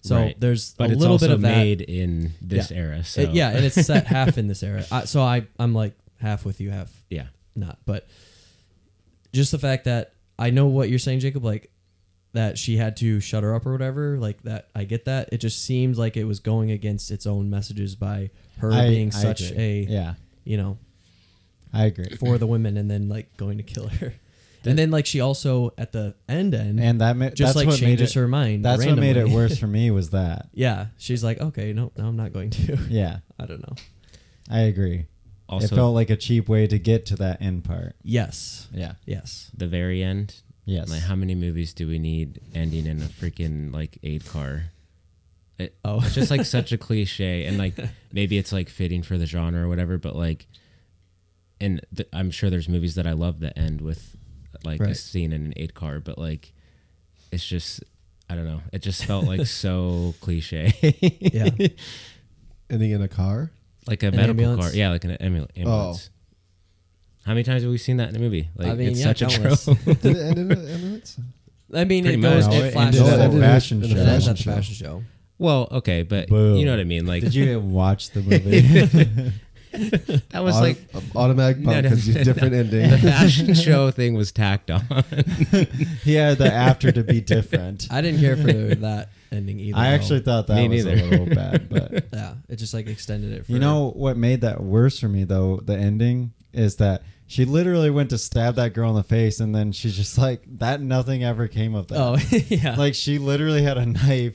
A: So
D: Right.
A: there's
D: but
A: a
D: it's
A: little
D: also
A: bit of that.
D: made in this era. So
A: It- yeah, and it's set half in this era. I, so I I'm like half with you, half
D: yeah,
A: not. But just the fact that I know what you're saying, Jacob, like that she had to shut her up or whatever, like that I get that. It just seemed like it was going against its own messages by her
B: I-
A: being
B: I
A: such a
B: agree. yeah,
A: you know,
B: I agree.
A: for the women and then like going to kill her. and then like she also at the end end
B: and that ma-
A: just
B: that's
A: like
B: what made
A: changes
B: it,
A: her mind.
B: That's what made it
A: randomly.
B: worse for me was that.
A: yeah. She's like, Okay, no, no, I'm not going to.
B: Yeah,
A: I don't know.
B: I agree. it
D: Also-
B: felt like a cheap way to get to that end part.
A: Yes.
B: Yeah.
A: Yes.
D: the very end.
B: Yes.
D: Like, how many movies do we need ending in a freaking like aid car? It,
A: Oh.
D: it's just like such a cliche, and like maybe it's like fitting for the genre or whatever. But like, and th- I'm sure there's movies that I love that end with like a
A: Right.
D: scene in an aid car, but like, it's just I don't know. It just felt like so cliche,
A: Yeah.
C: ending in a car.
D: like a
A: An
D: medical
A: ambulance? Oh.
D: car. Yeah, like an ambu- ambulance. How many times have we seen that in a movie? Like
A: I mean,
D: it's
A: yeah,
D: such a
A: countless.
D: trope.
C: Did it end in an ambulance?
A: I mean,
D: Pretty
A: it goes.
D: much.
B: No,
A: It
B: it ended
A: flashes.
B: at a
A: over.
C: in
B: fashion
C: in
B: show.
A: It ends at the
C: show.
A: fashion show.
D: well, okay, but
B: Boom.
D: you know what I mean. Like
B: Did you even watch the movie?
D: that was
C: Auto-
D: like
C: automatic
D: No,
C: bump
D: no,
C: because
D: no,
C: different
D: the
C: ending.
D: fashion show thing was tacked on.
B: yeah, the after to be different.
A: I didn't care for that ending either.
B: I
A: though.
B: actually thought that
D: Me
B: was a
D: neither.
B: little bad, but
A: yeah, it just like extended it. For,
B: you know what made that worse for me though, the ending is that she literally went to stab that girl in the face and then she's just like that nothing ever came of that.
A: Oh yeah.
B: Like she literally had a knife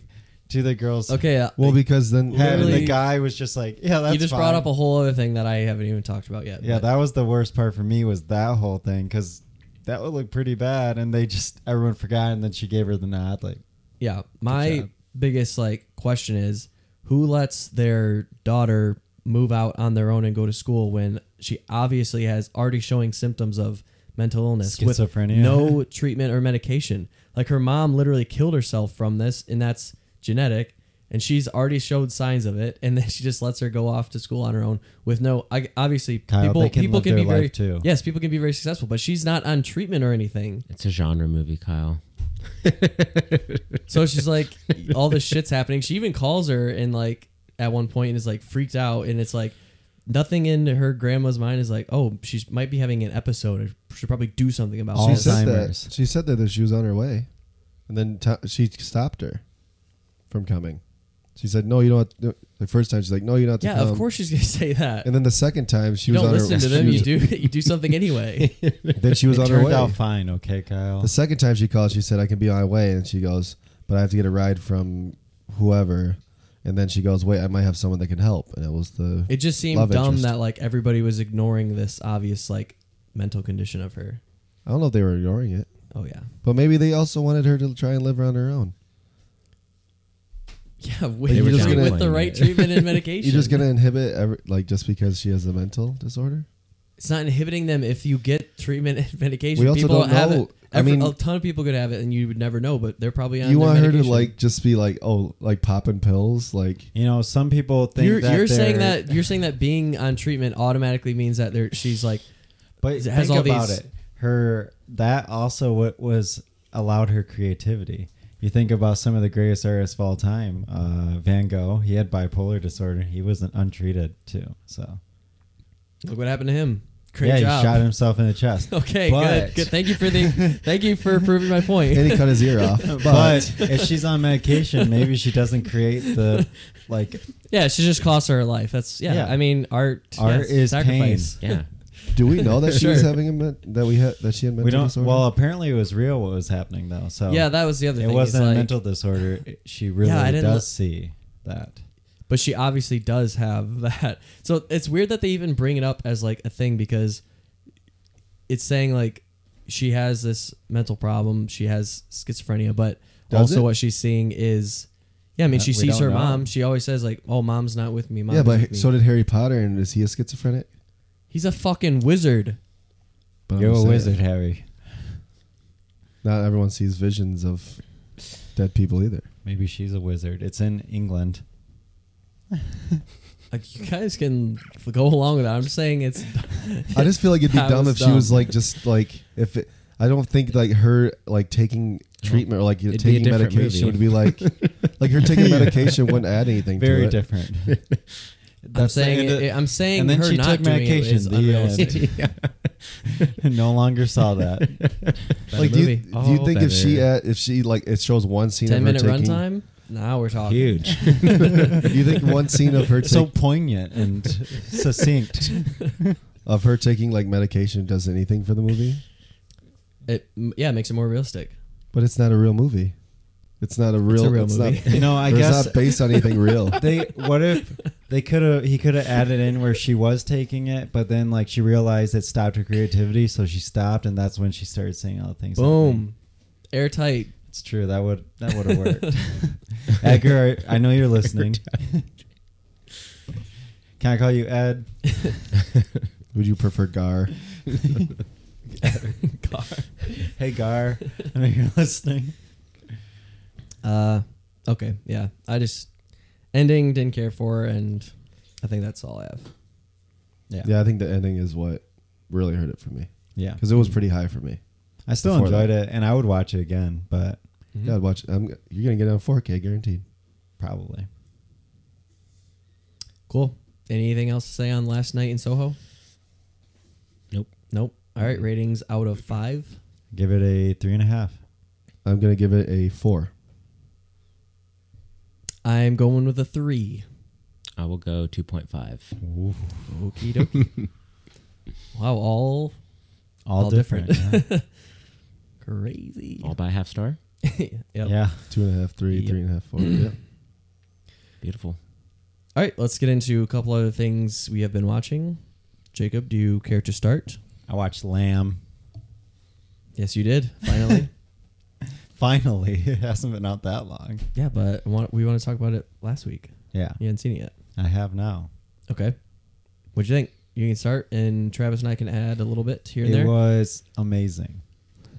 B: to the girl's
A: okay. Uh,
C: well, because then
B: head and
A: literally-
B: the guy was just like, Yeah, that's
A: you just brought
B: fine."
A: up a whole other thing that I haven't even talked about yet.
B: Yeah,
A: but-
B: that was the worst part for me was that whole thing because that would look pretty bad, and they just everyone forgot, and then she gave her the nod. Like,
A: yeah. My
B: job.
A: biggest like question is who lets their daughter move out on their own and go to school when she obviously has already showing symptoms of mental illness with
B: Schizophrenia.
A: no treatment or medication. Like her mom literally killed herself from this, and that's genetic. And she's already showed signs of it, and then she just lets her go off to school on her own with no. I, obviously,
B: Kyle,
A: people
B: they can
A: people
B: live
A: can be
B: their
A: very
B: life too.
A: yes, people can be very successful, but she's not on treatment or anything.
D: it's a genre movie, Kyle.
A: So she's like, all this shit's happening. She even calls her and like at one point and is like freaked out, and it's like nothing in her grandma's mind is like, oh, she might be having an episode. I should probably do something about
B: She
C: She
A: this.
C: said that.
B: Alzheimer's.
C: She said that, that she was on her way, and then t- she stopped her from coming. She said, "No, you don't." Have to, the first time she's like, "No, you don't have to
A: Yeah,
C: come."
A: of course she's gonna say that.
C: And then the second time she
A: you
C: was
A: don't
C: on
A: listen
C: her.
A: to them.
C: she
A: You
C: was-
A: do you do something anyway.
C: Then she was
B: it
C: on her
B: turned
C: way.
B: out fine, okay, Kyle.
C: The second time she called, she said, "I can be on my way," and she goes, "But I have to get a ride from whoever." And then she goes, "Wait, I might have someone that can help." And it was the
A: It just seemed
C: Love
A: dumb
C: interest.
A: that like everybody was ignoring this obvious like mental condition of her.
C: I don't know if they were ignoring it,
A: Oh yeah,
C: but maybe they also wanted her to try and live on her own.
A: yeah. With,
C: They were
A: with
C: just gonna-
A: the right treatment and medication,
C: You're just gonna inhibit every, like just because she has a mental disorder.
A: it's not inhibiting them if you get treatment and medication.
C: We also
A: people
C: don't
A: have
C: know.
A: it.
C: I
A: Every-
C: mean-
A: a ton of people could have it, and you would never know. But they're probably on.
C: you
A: their
C: want her to
A: medication.
C: like just be like, oh, like popping pills, like
B: you know, some people think
A: You're,
B: that
A: you're saying
B: they're-
A: that you're saying that being on treatment automatically means that they're, she's like,
B: but
A: it has
B: think
A: all
B: about
A: these-
B: it. Her that also what was allowed her creativity. You think about some of the greatest artists of all time, uh, Van Gogh. He had bipolar disorder. He wasn't untreated too. So
A: look what happened to him. Great
B: yeah,
A: job.
B: he shot himself in the chest.
A: Okay,
B: But-
A: good, good. Thank you for the thank you for proving my point.
C: and he cut his ear off.
B: But if she's on medication, maybe she doesn't create the like
A: Yeah, she just cost her her life. That's yeah.
B: Yeah.
A: I mean, art.
B: Art
A: yes,
B: is
A: sacrifice.
D: Yeah,
C: Do we know that she was
A: Sure.
C: having a men- that we had that she had mental
B: we don't.
C: disorder?
B: Well, apparently it was real what was happening though. So
A: Yeah, that was the other
B: it
A: thing. is,
B: wasn't a
A: like-
B: mental disorder. It- She really
A: I
B: does
A: didn't look-
B: see that.
A: but she obviously does have that. So it's weird that they even bring it up as like a thing because it's saying like she has this mental problem, she has schizophrenia, but
C: Does
A: also
C: it?
A: what she's seeing is yeah, I mean,
B: Uh,
A: she
B: we
A: sees
B: don't
A: her
B: know.
A: mom. She always says like, "Oh, mom's not with me." Mom's
C: yeah,
A: with
C: but
A: me.
C: so did Harry Potter, and is he a schizophrenic?
A: he's a fucking wizard.
C: But I'm
B: You're
C: just
B: a
C: saying,
B: wizard, Harry.
C: Not everyone sees visions of dead people either.
B: Maybe she's a wizard. It's in England.
A: Like you guys can go along with that. I'm just saying it's
C: I just feel like it'd be
A: That
C: dumb
A: was
C: if she was
A: dumb.
C: like just like if it, I don't think like her like taking treatment or like
D: It'd be a
C: taking
D: different
C: medication would
D: movie.
C: be like like her taking medication wouldn't add anything. to
B: Very
C: it.
B: different.
A: I'm
B: That's the
A: saying
B: end
A: it,
B: of-
A: I'm saying
B: and then
A: her
B: she
A: not
B: took
A: doing it
B: medication,
A: is
B: the
A: unrealistic.
B: no longer saw that.
A: Better
C: Like do you,
A: movie.
C: do you
D: Oh,
C: think if she
D: better.
C: at, if she like it shows one scene
A: Ten
C: of her
A: minute
C: taking
A: runtime. Now we're talking.
D: Huge.
C: do you think one scene of her take,
B: so poignant and succinct.
C: of her taking like medication does anything for the movie?
A: It m- yeah makes it more realistic.
C: But it's not a real movie. It's not a real.
A: real
C: it's
A: movie.
C: Not,
B: You know, I
C: it's
B: guess
C: not based on anything real.
B: they what if they could have he could have added in where she was taking it but then like she realized it stopped her creativity so she stopped and that's when she started saying all the things like,
A: Boom, airtight.
B: it's true that would that would have worked edgar i I know you're listening can i call you ed
C: Would you prefer Gar?
A: car.
B: hey gar i know you're listening
A: Uh, okay, yeah. I just ending didn't care for, and I think that's all I have.
B: yeah yeah,
C: Yeah, I think the ending is what really hurt it for me because it was pretty high for me.
A: Mm-hmm.
B: i still
C: Before
B: enjoyed it and i would watch it again but
C: God, watch. I'm, you're gonna get it on 4K guaranteed.
B: probably
A: Cool. Anything else to say on last night in Soho?
D: Nope.
A: Nope. All right, ratings out of five.
B: give it a three and a half
C: I'm gonna give it a four.
A: I'm going with a three.
D: I will go 2.5.
A: Okie dokie. wow, all
B: all,
A: All
B: different,
A: different. crazy.
D: All by half star.
A: yep.
B: yeah. yeah
C: Two and a half, three,
A: Yep.
C: three and a half, four. yeah.
D: Beautiful.
A: All right, let's get into a couple other things we have been watching. Jacob, do you care to start?
B: i watched lamb
A: Yes, you did. Finally.
B: Finally, it hasn't been out that long.
A: yeah, but I want, we want to talk about it last week.
B: Yeah,
A: You hadn't seen it yet.
B: I have now.
A: Okay. What'd you think? You can start, and Travis and I can add a little bit here
B: it
A: and there.
B: was amazing.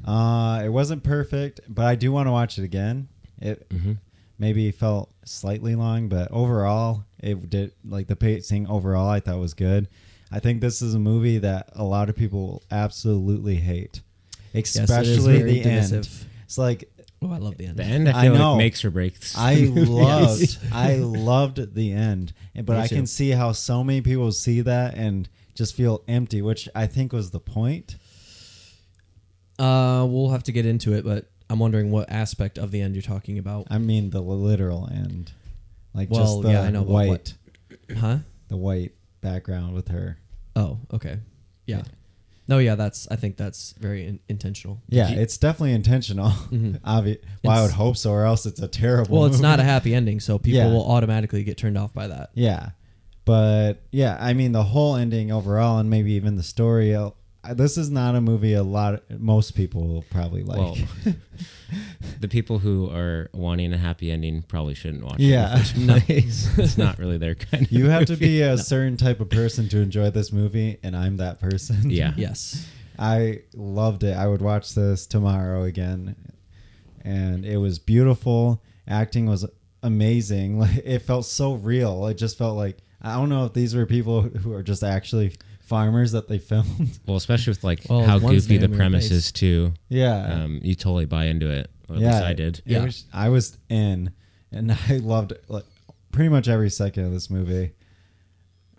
B: Uh, it wasn't perfect, but I do want to watch it again. It maybe felt slightly long, but overall, it did like the pacing overall. I thought was good. I think this is a movie that a lot of people absolutely hate,
A: is
B: especially
A: very
B: the
A: divisive.
B: end. It's like
A: Oh, I love the end.
D: The end, I
B: I
D: feel
B: know.
D: like, makes or breaks.
B: I loved I loved the end, and- but
C: Me
B: I
C: too.
B: can see how so many people see that and just feel empty, which I think was the point.
A: Uh, we'll have to get into it, but I'm wondering what aspect of the end you're talking about.
B: I mean, the literal end, like
A: Well,
B: just the
A: yeah, I know, but
B: white,
A: what- Huh?
B: the white background with her.
A: Oh, okay. Yeah. No, yeah, that's. I think that's very in- intentional.
B: Yeah, it's definitely intentional. Obvi- well, I would
A: Mm-hmm. It's-
B: hope so, or else it's a terrible.
A: Well, it's
B: movie.
A: not a happy ending, so people
B: Yeah.
A: will automatically get turned off by that.
B: Yeah, but yeah, I mean the whole ending overall, and maybe even the story. uh, This is not a movie a lot most people will probably like.
D: well, the people who are wanting a happy ending probably shouldn't watch
B: Yeah.
D: it. in the first place. it's not really their kind of
B: You have to
D: movie.
B: be a certain type of person to enjoy this movie, and I'm that person.
D: Yeah.
A: Yes.
B: I loved it. I would watch this tomorrow again. And it was beautiful. Acting was amazing. Like it felt so real. It just felt like I don't know if these were people who are just actually farmers that they filmed.
D: Well, especially with like
A: Well,
D: how
A: one's
D: goofy
A: the
D: the
A: Amir
D: premise
A: face.
D: is too.
B: yeah.
D: Um, you totally buy into it. Or at least I did.
B: it
A: Yeah.
B: was- I was in and I loved like pretty much every second of this movie.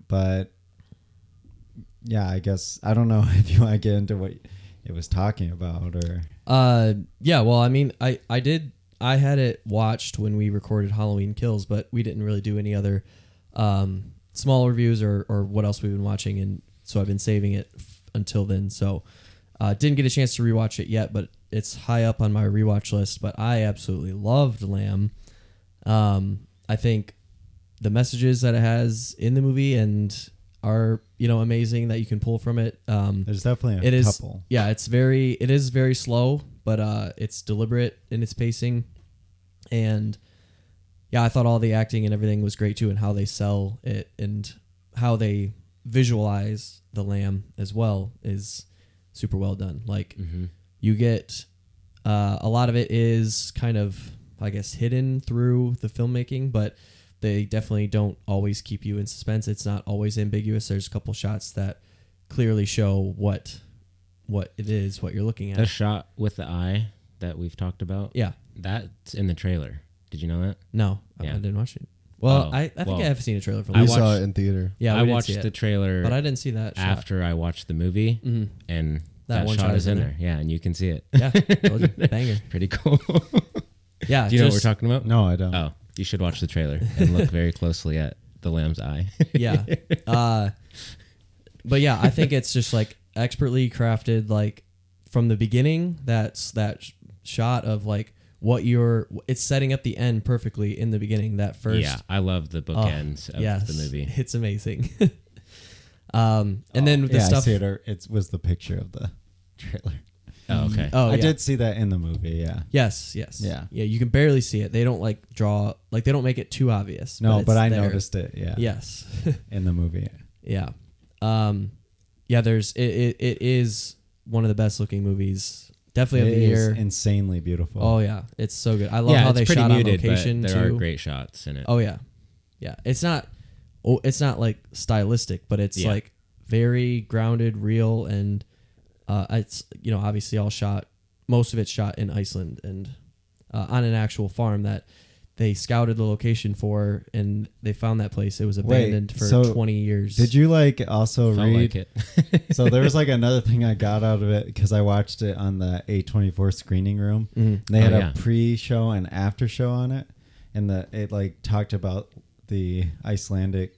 B: But yeah, I guess I don't know if you want to get into what it was talking about or
A: Uh, yeah. Well, I mean, I I did. I had it watched when we recorded Halloween Kills, but we didn't really do any other um, small reviews or or what else we've been watching, and so I've been saving it f- until then. So, uh, didn't get a chance to rewatch it yet, but it's high up on my rewatch list. But I absolutely loved Lamb. Um, I think the messages that it has in the movie and are you know amazing that you can pull from it. Um,
B: there's definitely a
A: it is
B: couple.
A: yeah it's very it is very slow but uh it's deliberate in its pacing and yeah i thought all the acting and everything was great too and how they sell it and how they visualize the lamb as well is super well done like
D: Mm-hmm.
A: you get uh, a lot of it is kind of i guess hidden through the filmmaking but They definitely don't always keep you in suspense. It's not always ambiguous. There's a couple shots that clearly show what what it is, what you're looking at.
D: The shot with the eye that we've talked about.
A: yeah.
D: That's in the trailer. Did you know that?
A: No, I- I
D: Yeah.
A: didn't watch it. Well,
D: Oh,
A: I, I think
D: well,
A: I have seen a trailer for
D: I
C: We
A: Lisa.
D: watched-
C: saw it in theater.
A: yeah, we
D: I
A: didn't
D: watched
A: see it,
D: the trailer
A: but I didn't see that shot.
D: after I watched the movie, and
A: That
D: that,
A: one
D: shot,
A: shot
D: is
A: is in
D: in there. Yeah, and you can see it.
A: Yeah, told you. banger.
D: Pretty cool. Do
A: Yeah,
D: you know what we're
A: just-
D: talking about?
B: No, I don't.
D: Oh, you should watch the trailer and look very closely at the lamb's eye.
A: yeah. Uh, but yeah, I think it's just like expertly crafted, like from the beginning. That's that sh- shot of like what you're. It's setting up the end perfectly in the beginning. That first.
D: yeah, I love the
A: Oh,
D: bookends of
A: yes.
D: the movie.
A: It's amazing. um, and then with the
B: Oh, yeah, I
A: stuff.
B: see it. Or it was the picture of the trailer.
D: Oh, okay.
A: Oh,
B: I
A: yeah.
B: did see that in the movie. Yeah.
A: Yes, yes.
B: Yeah.
A: Yeah, you can barely see it. They don't like draw like they don't make it too obvious.
B: No, but,
A: it's
B: I
A: there.
B: noticed it. Yeah.
A: Yes.
B: In the movie.
A: yeah. Um yeah, there's it, it, it is one of the best looking movies definitely of
B: It
A: the
B: is
A: year.
B: insanely beautiful.
A: oh yeah, it's so good. I love
D: yeah,
A: how
D: it's
A: they
D: pretty
A: shot
D: muted,
A: on location
D: but
A: too.
D: there are great shots in it.
A: Oh yeah. Yeah, it's not oh it's not like stylistic, but it's
D: Yeah.
A: like very grounded, real and uh it's you know, obviously all shot most of it's shot in Iceland and uh, on an actual farm that they scouted the location for and they found that place. It was
B: Wait,
A: abandoned for
B: so
A: 20 years.
B: Did you like also
A: Oh,
D: Felt like
B: read?
D: it.
B: so there was like another thing I got out of it because I watched it on the A24 screening room.
A: Mm-hmm.
B: They
D: Oh,
B: had
D: yeah.
B: a pre-show and after-show on it, and the it like talked about the Icelandic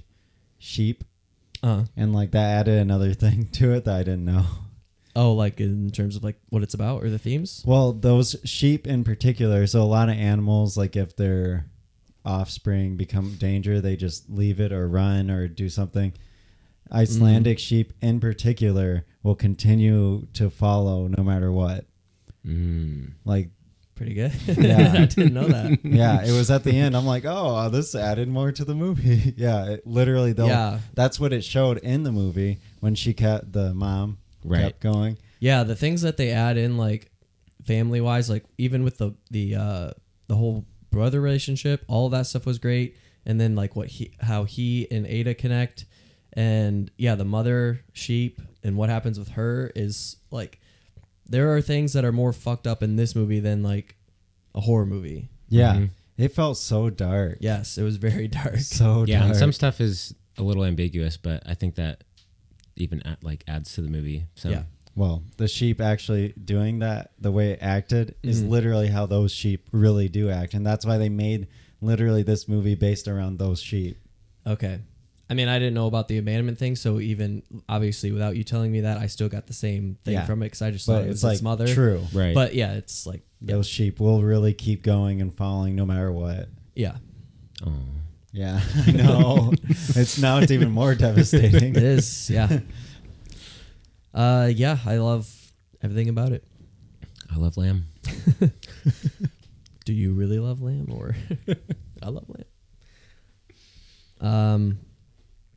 B: sheep,
A: Uh,
B: and like that added another thing to it that I didn't know.
A: oh, like in terms of like what it's about or the themes?
B: Well, those sheep in particular. So a lot of animals, like if their offspring become danger, they just leave it or run or do something.
D: Mm-hmm.
B: Icelandic sheep in particular will continue to follow no matter what.
D: Mm.
B: Like,
A: Pretty good. I
B: yeah,
A: didn't know that.
B: yeah. It was at the end. I'm like, oh, this added more to the movie. yeah, it, literally. Though,
A: Yeah.
B: that's what it showed in the movie when she kept the mom
D: Right.
B: kept going.
A: Yeah, the things that they add in, like family wise, like even with the the uh, the whole brother relationship, all that stuff was great. And then like what he, how he and Ada connect, and yeah, the mother sheep and what happens with her is like there are things that are more fucked up in this movie than like a horror movie.
B: Yeah,
D: Mm-hmm.
B: it felt so dark.
A: Yes, it was very dark.
B: So
D: yeah,
B: dark.
D: and some stuff is a little ambiguous, but I think that even at, like adds to the movie. So
A: Yeah.
B: Well, the sheep actually doing that, the way it acted, is
A: Mm-hmm.
B: literally how those sheep really do act. And that's why they made literally this movie based around those sheep.
A: Okay. I mean, I didn't know about the abandonment thing, so even obviously without you telling me that, I still got the same thing
B: Yeah.
A: from it because I just
B: But
A: thought it
B: it's
A: was
B: like
A: its mother.
B: true.
D: Right.
A: But yeah, it's like yeah,
B: Those sheep will really keep going and following no matter what.
A: yeah.
D: oh.
B: Yeah, I know. it's now it's even more devastating.
A: it is. Yeah. Uh, yeah, I love everything about it.
D: I love lamb.
A: Do you really love lamb or I love lamb? Um,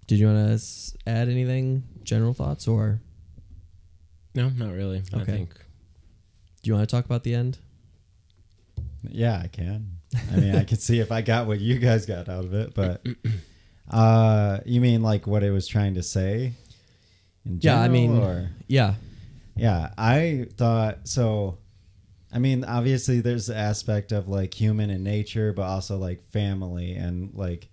A: did you want to add anything? General thoughts, or
D: No, not really. I
A: Okay.
D: think
A: do you want to talk about the end?
B: Yeah, I can. I mean, I could see if I got what you guys got out of it, but uh, you mean like what it was trying to say? In
A: yeah, I
B: general,
A: mean,
B: or?
A: yeah,
B: Yeah, I thought so. I mean, obviously, there's the aspect of like human and nature, but also like family and like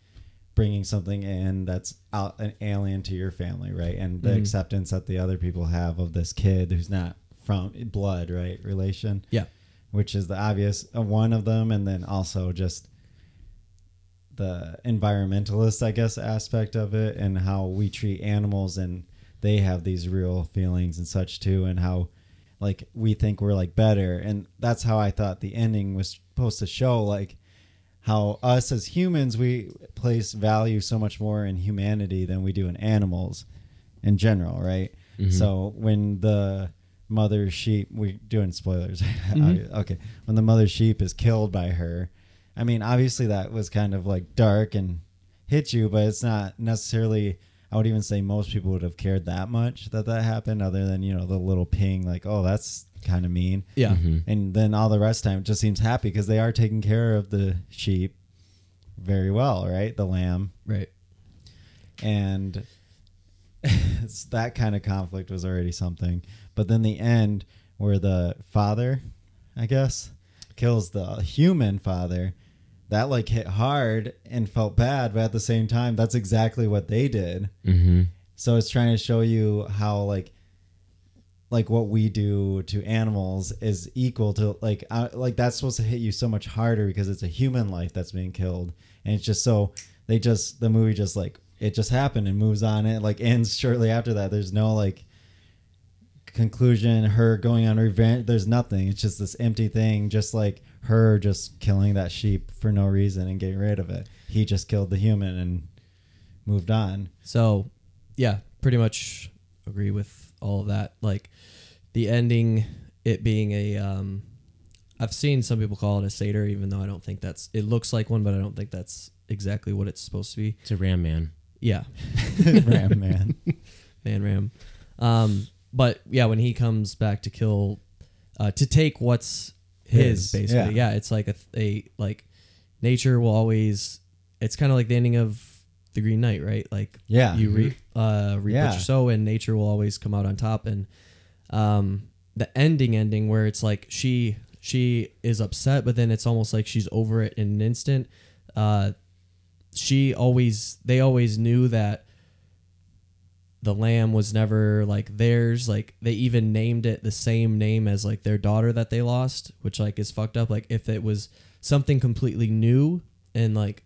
B: bringing something in that's out an alien to your family, right? And the acceptance that the other people have of this kid who's not from blood, right? Relation,
A: yeah,
B: which is the obvious uh, one of them, and then also just the environmentalist, I guess, aspect of it and how we treat animals and they have these real feelings and such too, and how like we think we're like better. And that's how I thought the ending was supposed to show like how us as humans we place value so much more in humanity than we do in animals in general, right? So when the mother sheep we're doing spoilers okay when the mother sheep is killed by her I mean, obviously that was kind of like dark and hit you, but it's not necessarily. I would even say most people would have cared that much that that happened, other than you know the little ping, like oh that's kind of mean.
A: yeah.
B: And then all the rest of the time it just seems happy because they are taking care of the sheep, very well, right? The lamb
A: Right.
B: and it's that kind of conflict was already something. But then the end where the father, I guess, kills the human father, that like hit hard and felt bad, but at the same time, that's exactly what they did.
D: Mm-hmm.
B: So it's trying to show you how like like what we do to animals is equal to like uh, like that's supposed to hit you so much harder because it's a human life that's being killed and it's just so they just the movie just like it just happened and moves on it like ends shortly after that there's no like conclusion her going on revenge there's nothing it's just this empty thing just like her just killing that sheep for no reason and getting rid of it he just killed the human and moved on
A: So, yeah, pretty much agree with all of that. Like the ending, it being a, um, I've seen some people call it a satyr, even though I don't think that's. It looks like one, but I don't think that's exactly what it's supposed to be.
D: It's a ram man.
A: Yeah,
B: ram man
A: Van Ram. Um, but yeah, when he comes back to kill, uh, to take what's his,
B: His,
A: basically. Yeah. it's like a, a like nature will always. It's kind of like the ending of the Green Knight, right? Like
B: Yeah. Mm-hmm.
A: you re, uh, reap
B: Yeah.
A: what you sow, and nature will always come out on top. And um, the ending, ending where it's like she she is upset, but then it's almost like she's over it in an instant. Uh, she always they always knew that the lamb was never like theirs like they even named it the same name as like their daughter that they lost which like is fucked up like if it was something completely new and like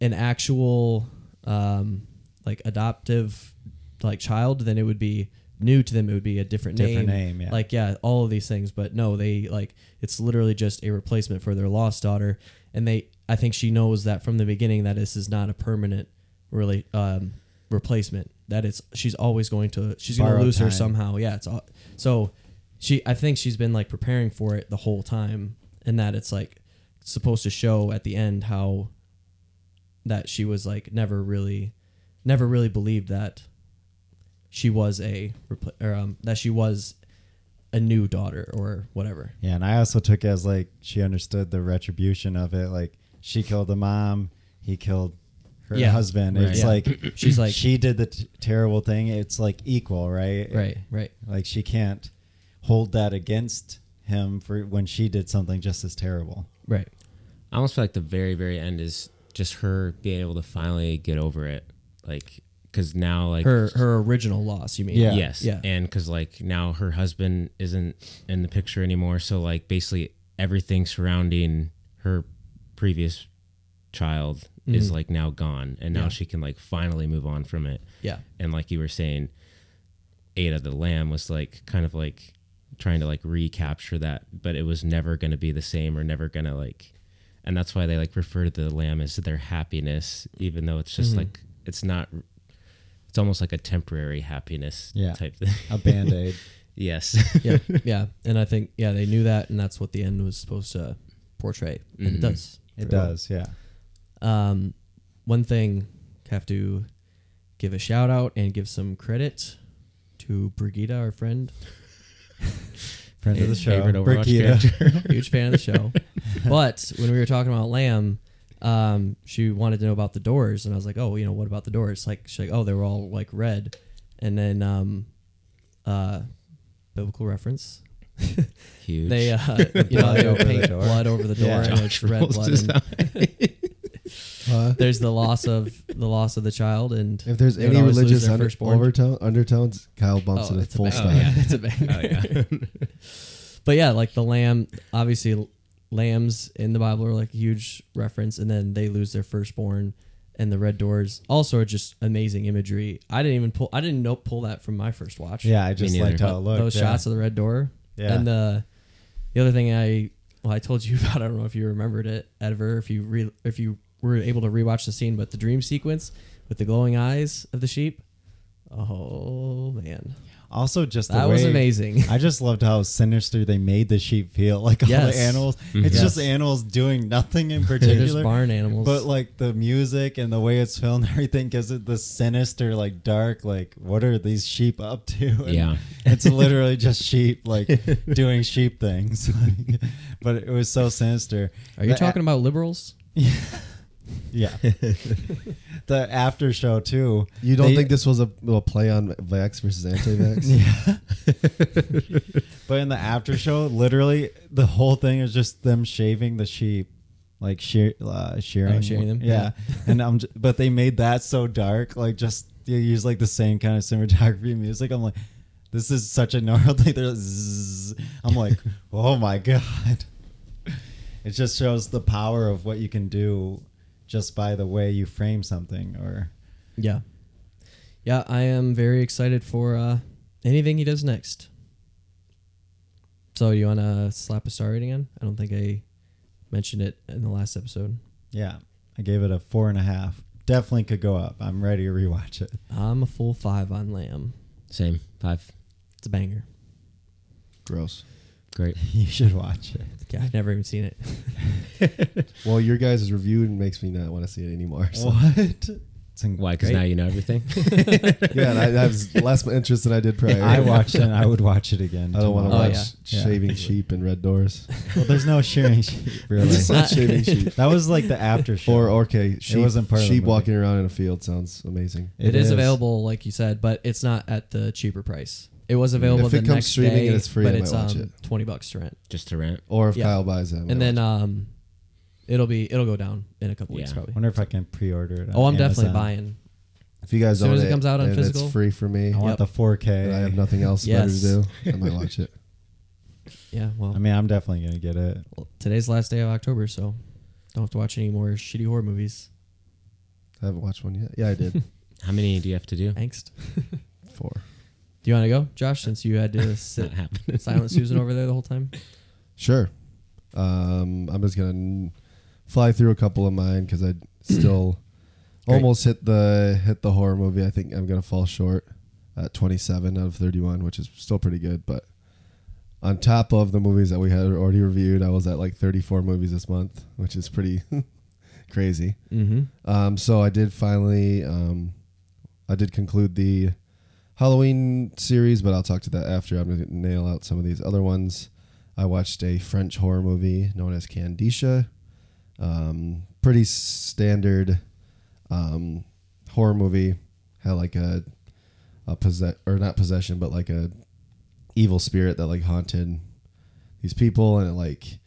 A: an actual um like adoptive like child then it would be new to them it would be a different,
B: Different
A: name
B: name, yeah.
A: like yeah all of these things but no they like it's literally just a replacement for their lost daughter and they i think she knows that from the beginning that this is not a permanent really um replacement that it's she's always going to she's going to
B: Borrowed
A: lose her
B: time.
A: somehow yeah it's all, so she i think she's been like preparing for it the whole time and that it's like supposed to show at the end how that she was like never really never really believed that she was a repl- or, um, that she was a new daughter or whatever
B: Yeah, and I also took it as like she understood the retribution of it. Like she killed the mom, he killed her
A: Yeah.
B: husband.
D: Right.
B: It's
D: Yeah.
B: like
A: She's like-
B: she did the t- terrible thing. It's like equal, right?
A: right right
B: Like she can't hold that against him for when she did something just as terrible.
A: right
D: I almost feel like the very, very end is just her being able to finally get over it. Like, because now, like,
A: her her original loss you mean
B: Yeah.
D: yes.
A: yeah
D: And because, like, now her husband isn't in the picture anymore. So, like, basically everything surrounding her previous child is, like, now gone. And now
A: Mm-hmm. Yeah.
D: she can, like, finally move on from it.
A: yeah
D: and like you were saying ada the lamb was like kind of like trying to like recapture that but it was never going to be the same or never going to like and that's why they like refer to the lamb as their happiness even though it's just like it's not it's almost like a temporary happiness
B: Yeah.
D: type thing
B: A band aid.
D: yes
A: yeah yeah and i think yeah they knew that and that's what the end was supposed to portray and it does
B: it
A: Very well.
B: does, yeah.
A: Um, one thing have to give a shout out and give some credit to Brigida, our friend,
B: Friend of the
D: Favorite Overwatch
B: show. Brigida.
A: huge fan of the show. But when we were talking about Lamb, um, she wanted to know about the doors, and I was like, "Oh, you know, what about the doors?" Like, she's like, "Oh, they were all like red," and then, um, uh, biblical reference.
D: huge
A: They, uh, you know, they
B: Blood
A: would
B: over
A: paint
B: the door.
A: blood over the door,
B: Yeah.
A: and it's red
D: rolls
A: blood.
D: his
A: And
C: Huh?
A: there's the loss of the loss of the child, and
C: If there's
A: they would
C: any
A: always lose
C: religious
A: their
C: under,
A: firstborn.
C: overtone, undertones, Kyle bumps it a
A: it's a
C: full
A: bang.
C: stop.
D: Oh, yeah.
A: it's a bang.
D: oh yeah
A: but yeah, like the lamb, obviously l- lambs in the Bible are like a huge reference, and then they lose their firstborn, and the red doors also are just amazing imagery. I didn't even pull, I didn't know pull that from my first watch.
B: Yeah, I just
D: neither.
B: liked how it looked.
A: those
B: yeah.
A: shots of the red door,
B: Yeah.
A: and the the other thing I well I told you about. I don't know if you remembered it ever if you re, if you were able to rewatch the scene, but the dream sequence with the glowing eyes of the sheep. Oh man,
B: Also, just the
A: that was
B: way-
A: amazing.
B: I just loved how sinister they made the sheep feel. Like all
A: Yes. Mm-hmm.
B: the animals, it's
A: Yes.
B: just animals doing nothing in
A: They're just
B: particular.
A: barn animals.
B: But like the music and the way it's filmed, and everything gives it this sinister, like dark, like what are these sheep up to? And
D: Yeah.
B: it's literally just sheep, like doing sheep things. Like, but it was so sinister.
A: Are you
B: The a-
A: talking about liberals?
B: Yeah. the after show too.
C: You don't
B: They-
C: think this was a, a play on vax versus anti-vax?
B: But in the after show, literally the whole thing is just them shaving the sheep, like shear, uh, shearing,
A: Oh, shearing them,
B: Yeah, and I'm. Just, but they made that so dark, like just they use like the same kind of cinematography and music. I'm like, this is such a gnarled thing. They're like, "Zzz." I'm like, oh my god. It just shows the power of what you can do just by the way you frame something or
A: Yeah. Yeah, I am very excited for uh, anything he does next. So you want to slap a star rating on? I don't think I mentioned it in the last episode.
B: yeah. I gave it a four and a half. Definitely could go up. I'm ready to rewatch it.
A: I'm a full five on Lamb.
D: Same five.
A: It's a banger.
C: Gross.
D: Great.
B: You should watch it.
A: Yeah, I've never even seen it.
C: Well, your guys' review makes me not want to see it anymore.
B: Oh.
C: So.
B: What? It's in-
D: Why? Because
A: Great.
D: now you know everything.
C: yeah, and I, that was less interest than I did prior.
B: I watched it. and I would watch it again.
C: I don't want to
A: Oh,
B: tomorrow.
C: watch
B: yeah.
C: shaving sheep and red doors.
B: Well, there's no shearing sheep really.
C: It's not shaving sheep.
B: that was like the after show.
C: Or okay, sheep,
B: wasn't part of the
C: sheep
B: movie.
C: walking around in a field sounds amazing.
A: it is, available, like you said, but it's not at the cheaper price. It was available
C: If
A: the
C: it comes
A: next
C: streaming
A: day,
C: and it's free,
A: but
C: I might
A: it's
C: watch
A: um,
C: it.
A: twenty bucks to rent.
D: Just to rent.
C: Or if
A: Yeah.
C: Kyle buys them,
A: and then um, it'll be it'll go down in a couple weeks
D: Yeah.
A: probably.
B: wonder if I can pre-order it. on
A: Oh, I'm definitely
B: Amazon.
A: buying.
C: if you guys
A: soon
C: own
A: as it comes out on
C: and
A: physical-
C: it's free for me.
B: I
A: Yep.
B: want the 4K.
C: And I have nothing else
A: Yes.
C: better to do. I might watch it.
A: Yeah, well,
B: I mean, I'm definitely gonna get it.
A: today's the last day of October, so don't have to watch any more shitty horror movies.
C: I haven't watched one yet. Yeah, I did.
D: How many do you have to do?
A: Angst.
C: Four.
A: Do you want to go, Josh? Since you had to sit
D: Not happening.
A: silent Susan over there the whole time.
C: Sure. Um, I'm just gonna n- fly through a couple of mine because I still
A: Great.
C: almost hit the hit the horror movie. I think I'm gonna fall short at 27 out of 31, which is still pretty good. But on top of the movies that we had already reviewed, I was at like 34 movies this month, which is pretty crazy.
A: Mm-hmm.
C: Um, so I did finally, um, I did conclude the Halloween series, but I'll talk to that after. I'm gonna nail out some of these other ones. I watched a French horror movie known as Candisha. Um, pretty standard um, horror movie. Had like a a possess or not possession, but like a evil spirit that like haunted these people, and it like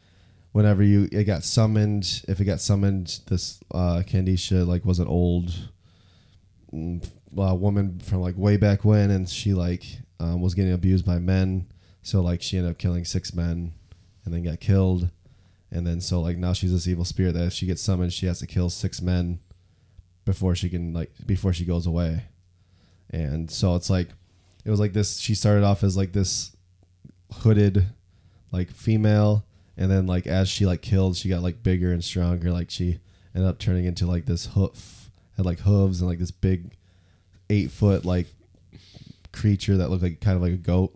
C: whenever you it got summoned, if it got summoned, this uh, Candisha like was an old mm, uh, woman from like way back when, and she like um, was getting abused by men. So like she ended up killing six men, and then got killed. And then so like now she's this evil spirit that if she gets summoned, she has to kill six men before she can like before she goes away. And so it's like it was like this. She started off as like this hooded like female and then like as she like killed she got like bigger and stronger like she ended up turning into like this hoof had like hooves and like this big eight foot like creature that looked like kind of like a goat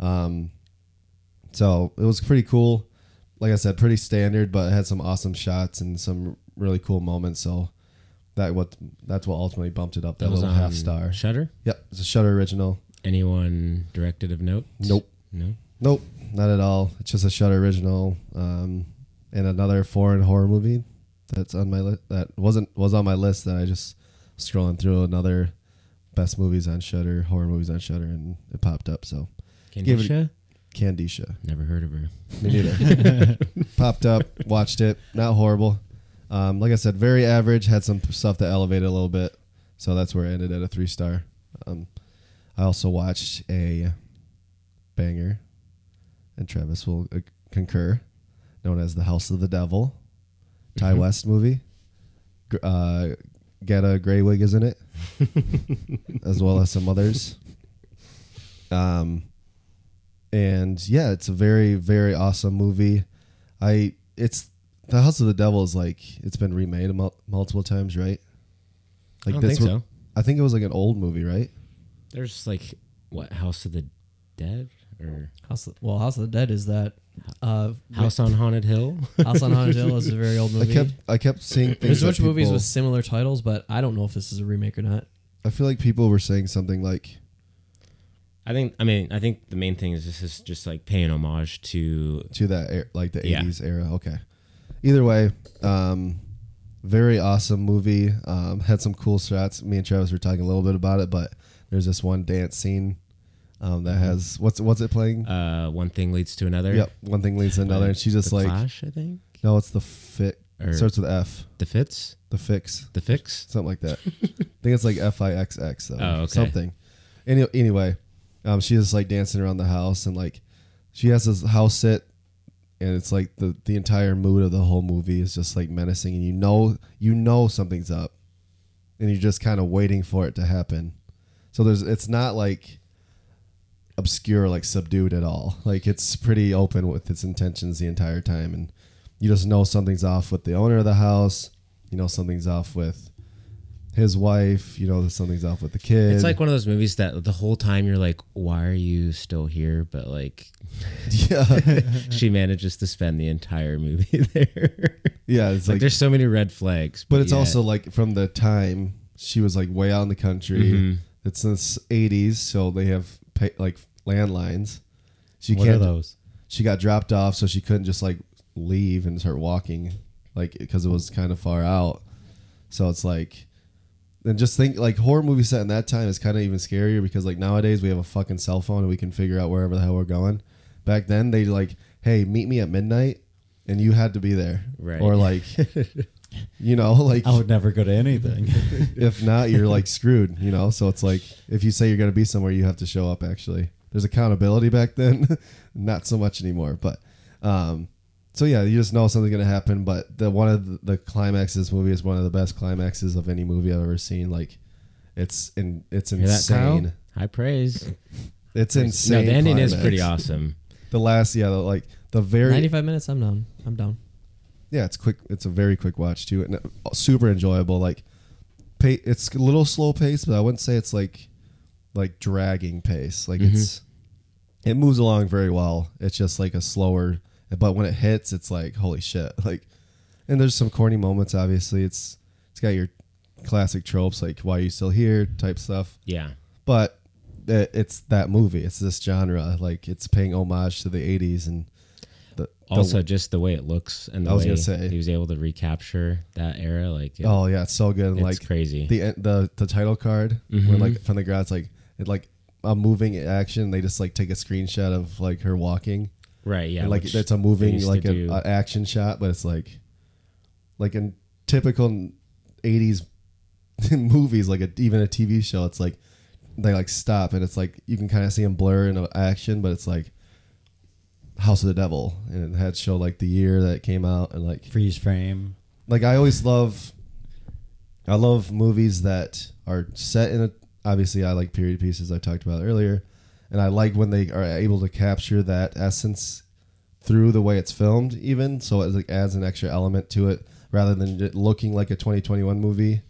C: um so it was pretty cool like i said pretty standard but it had some awesome shots and some really cool moments so that what that's what ultimately bumped it up that, little half star
D: Shutter.
C: yep it's a shutter original
D: Anyone directed of note?
C: Nope.
D: No.
C: Nope, not at all. It's just a Shutter original, um, and another foreign horror movie that's on my list. That wasn't was on my list. That I just scrolling through another best movies on Shutter, horror movies on Shutter, and it popped up. So Give it-
D: Candisha.
C: Candisha,
D: Never heard of her.
C: me neither. popped up, watched it. Not horrible. Um, like I said, very average. Had some stuff that elevated a little bit, so that's where it ended at a three star. Um, I also watched a banger, and Travis will uh, concur, known as the House of the Devil, Ty
D: Mm-hmm.
C: West movie. Gr- Uh, Greta Graywig is in it, as well as some others. Um, and yeah, it's a very very awesome movie. I it's the House of the Devil is like it's been remade mul- multiple times, right?
D: I don't think
C: one-
D: so.
C: I think it was like an old movie, right?
D: There's like what House of the Dead or
A: House of, well, House of the Dead is that uh,
D: House on Haunted Hill.
A: House on Haunted Hill is a very old
C: I
A: movie.
C: kept I kept seeing things.
A: There's a bunch
C: that
A: of movies
C: people-
A: with similar titles, but I don't know if this is a remake or not.
C: I feel like people were saying something like
D: I think. I mean, I think the main thing is this is just like paying homage to
C: to that er- like the
D: Yeah.
C: '80s era. Okay. Either way, um, very awesome movie. Um, had some cool shots. Me and Travis were talking a little bit about it, but there's this one dance scene um,
A: Mm-hmm.
C: that has what's what's it playing?
D: Uh, one thing leads to another.
C: yep, one thing leads to another, and she's just
D: The
C: like,
D: Clash, I think
C: no, it's the fit.
A: Er.
D: Or-
C: starts with F.
D: the fits,
C: The fix,
D: the fix.
C: something like that. I think it's like F I X X though.
D: Oh, okay.
C: Something. Any, anyway, um, she's just like dancing around the house, and like she has this house sit, and it's like the the entire mood of the whole movie is just like menacing, and you know you know something's up, and you're just kind of waiting for it to happen. So there's it's not like obscure like subdued at all like it's pretty open with its intentions the entire time and you just know something's off with the owner of the house you know something's off with his wife you know that something's off with the kid
D: It's like one of those movies that the whole time you're like, why are you still here? But like,
C: yeah
D: she manages to spend the entire movie there.
C: yeah it's
D: like,
C: like,
D: there's so many red flags.
C: but it's
D: yet-
C: also like from the time she was like way out in the country
D: Mm-hmm.
C: it's since 80s so they have pay, like landlines she
B: What are
C: can't
B: those?
C: she got dropped off, so she couldn't just like leave and start walking, like because it was kind of far out. So it's like, and just think like horror movie set in that time is kind of even scarier because like nowadays we have a fucking cell phone and we can figure out wherever the hell we're going. Back then they like, hey, meet me at midnight, and you had to be there,
D: Right.
C: Or like, you know, like
B: I would never go to anything.
C: if not, you're like screwed, you know? So it's like if you say you're going to be somewhere, you have to show up actually. There's accountability back then, not so much anymore, but um so yeah, you just know something's going to happen, but the one of the, the climaxes of this movie is one of the best climaxes of any movie I've ever seen. Like it's in it's
D: Hear that, Kyle?
C: insane.
D: High praise.
C: It's
D: No,
C: insane.
D: the ending is
C: climax.
D: pretty awesome.
C: The last yeah, the, like the very
A: 95 minutes. I'm down. I'm down.
C: yeah, it's quick. It's a very quick watch too, and uh, super enjoyable. Like, pay, it's a little slow pace, but I wouldn't say it's like like dragging pace. Like
D: Mm-hmm.
C: it's it moves along very well. It's just like a slower, but when it hits, it's like holy shit. Like, and there's some corny moments. Obviously, it's it's got your classic tropes like why are you still here type stuff,
D: Yeah.
C: but it, it's that movie. It's this genre. Like it's paying homage to the '80s and. the- the-
D: Also, just the way it looks and the
C: I was
D: way
C: gonna say.
D: he was able to recapture that era, like it-
C: Oh yeah, it's so good. And
D: It's
C: like
D: crazy.
C: The uh, the the title card when
D: Mm-hmm.
C: like from the ground's like it like a moving action. They just like take a screenshot of like her walking.
D: right? Yeah,
C: and, like
D: which
C: it's a
D: they
C: moving
D: used
C: like
D: to
C: an
D: do.
C: action shot, but it's like like in typical eighties movies, like a, even a TV show. It's like they like stop and it's like you can kind of see them blur in a action, but it's like. House of the Devil, and it had show like the year that it came out, and like
B: Freeze frame.
C: like I always love I love movies that are set in a obviously I like period pieces I talked about earlier and I like when they are able to capture that essence through the way it's filmed even so it like adds an extra element to it rather than it looking like a 2021 movie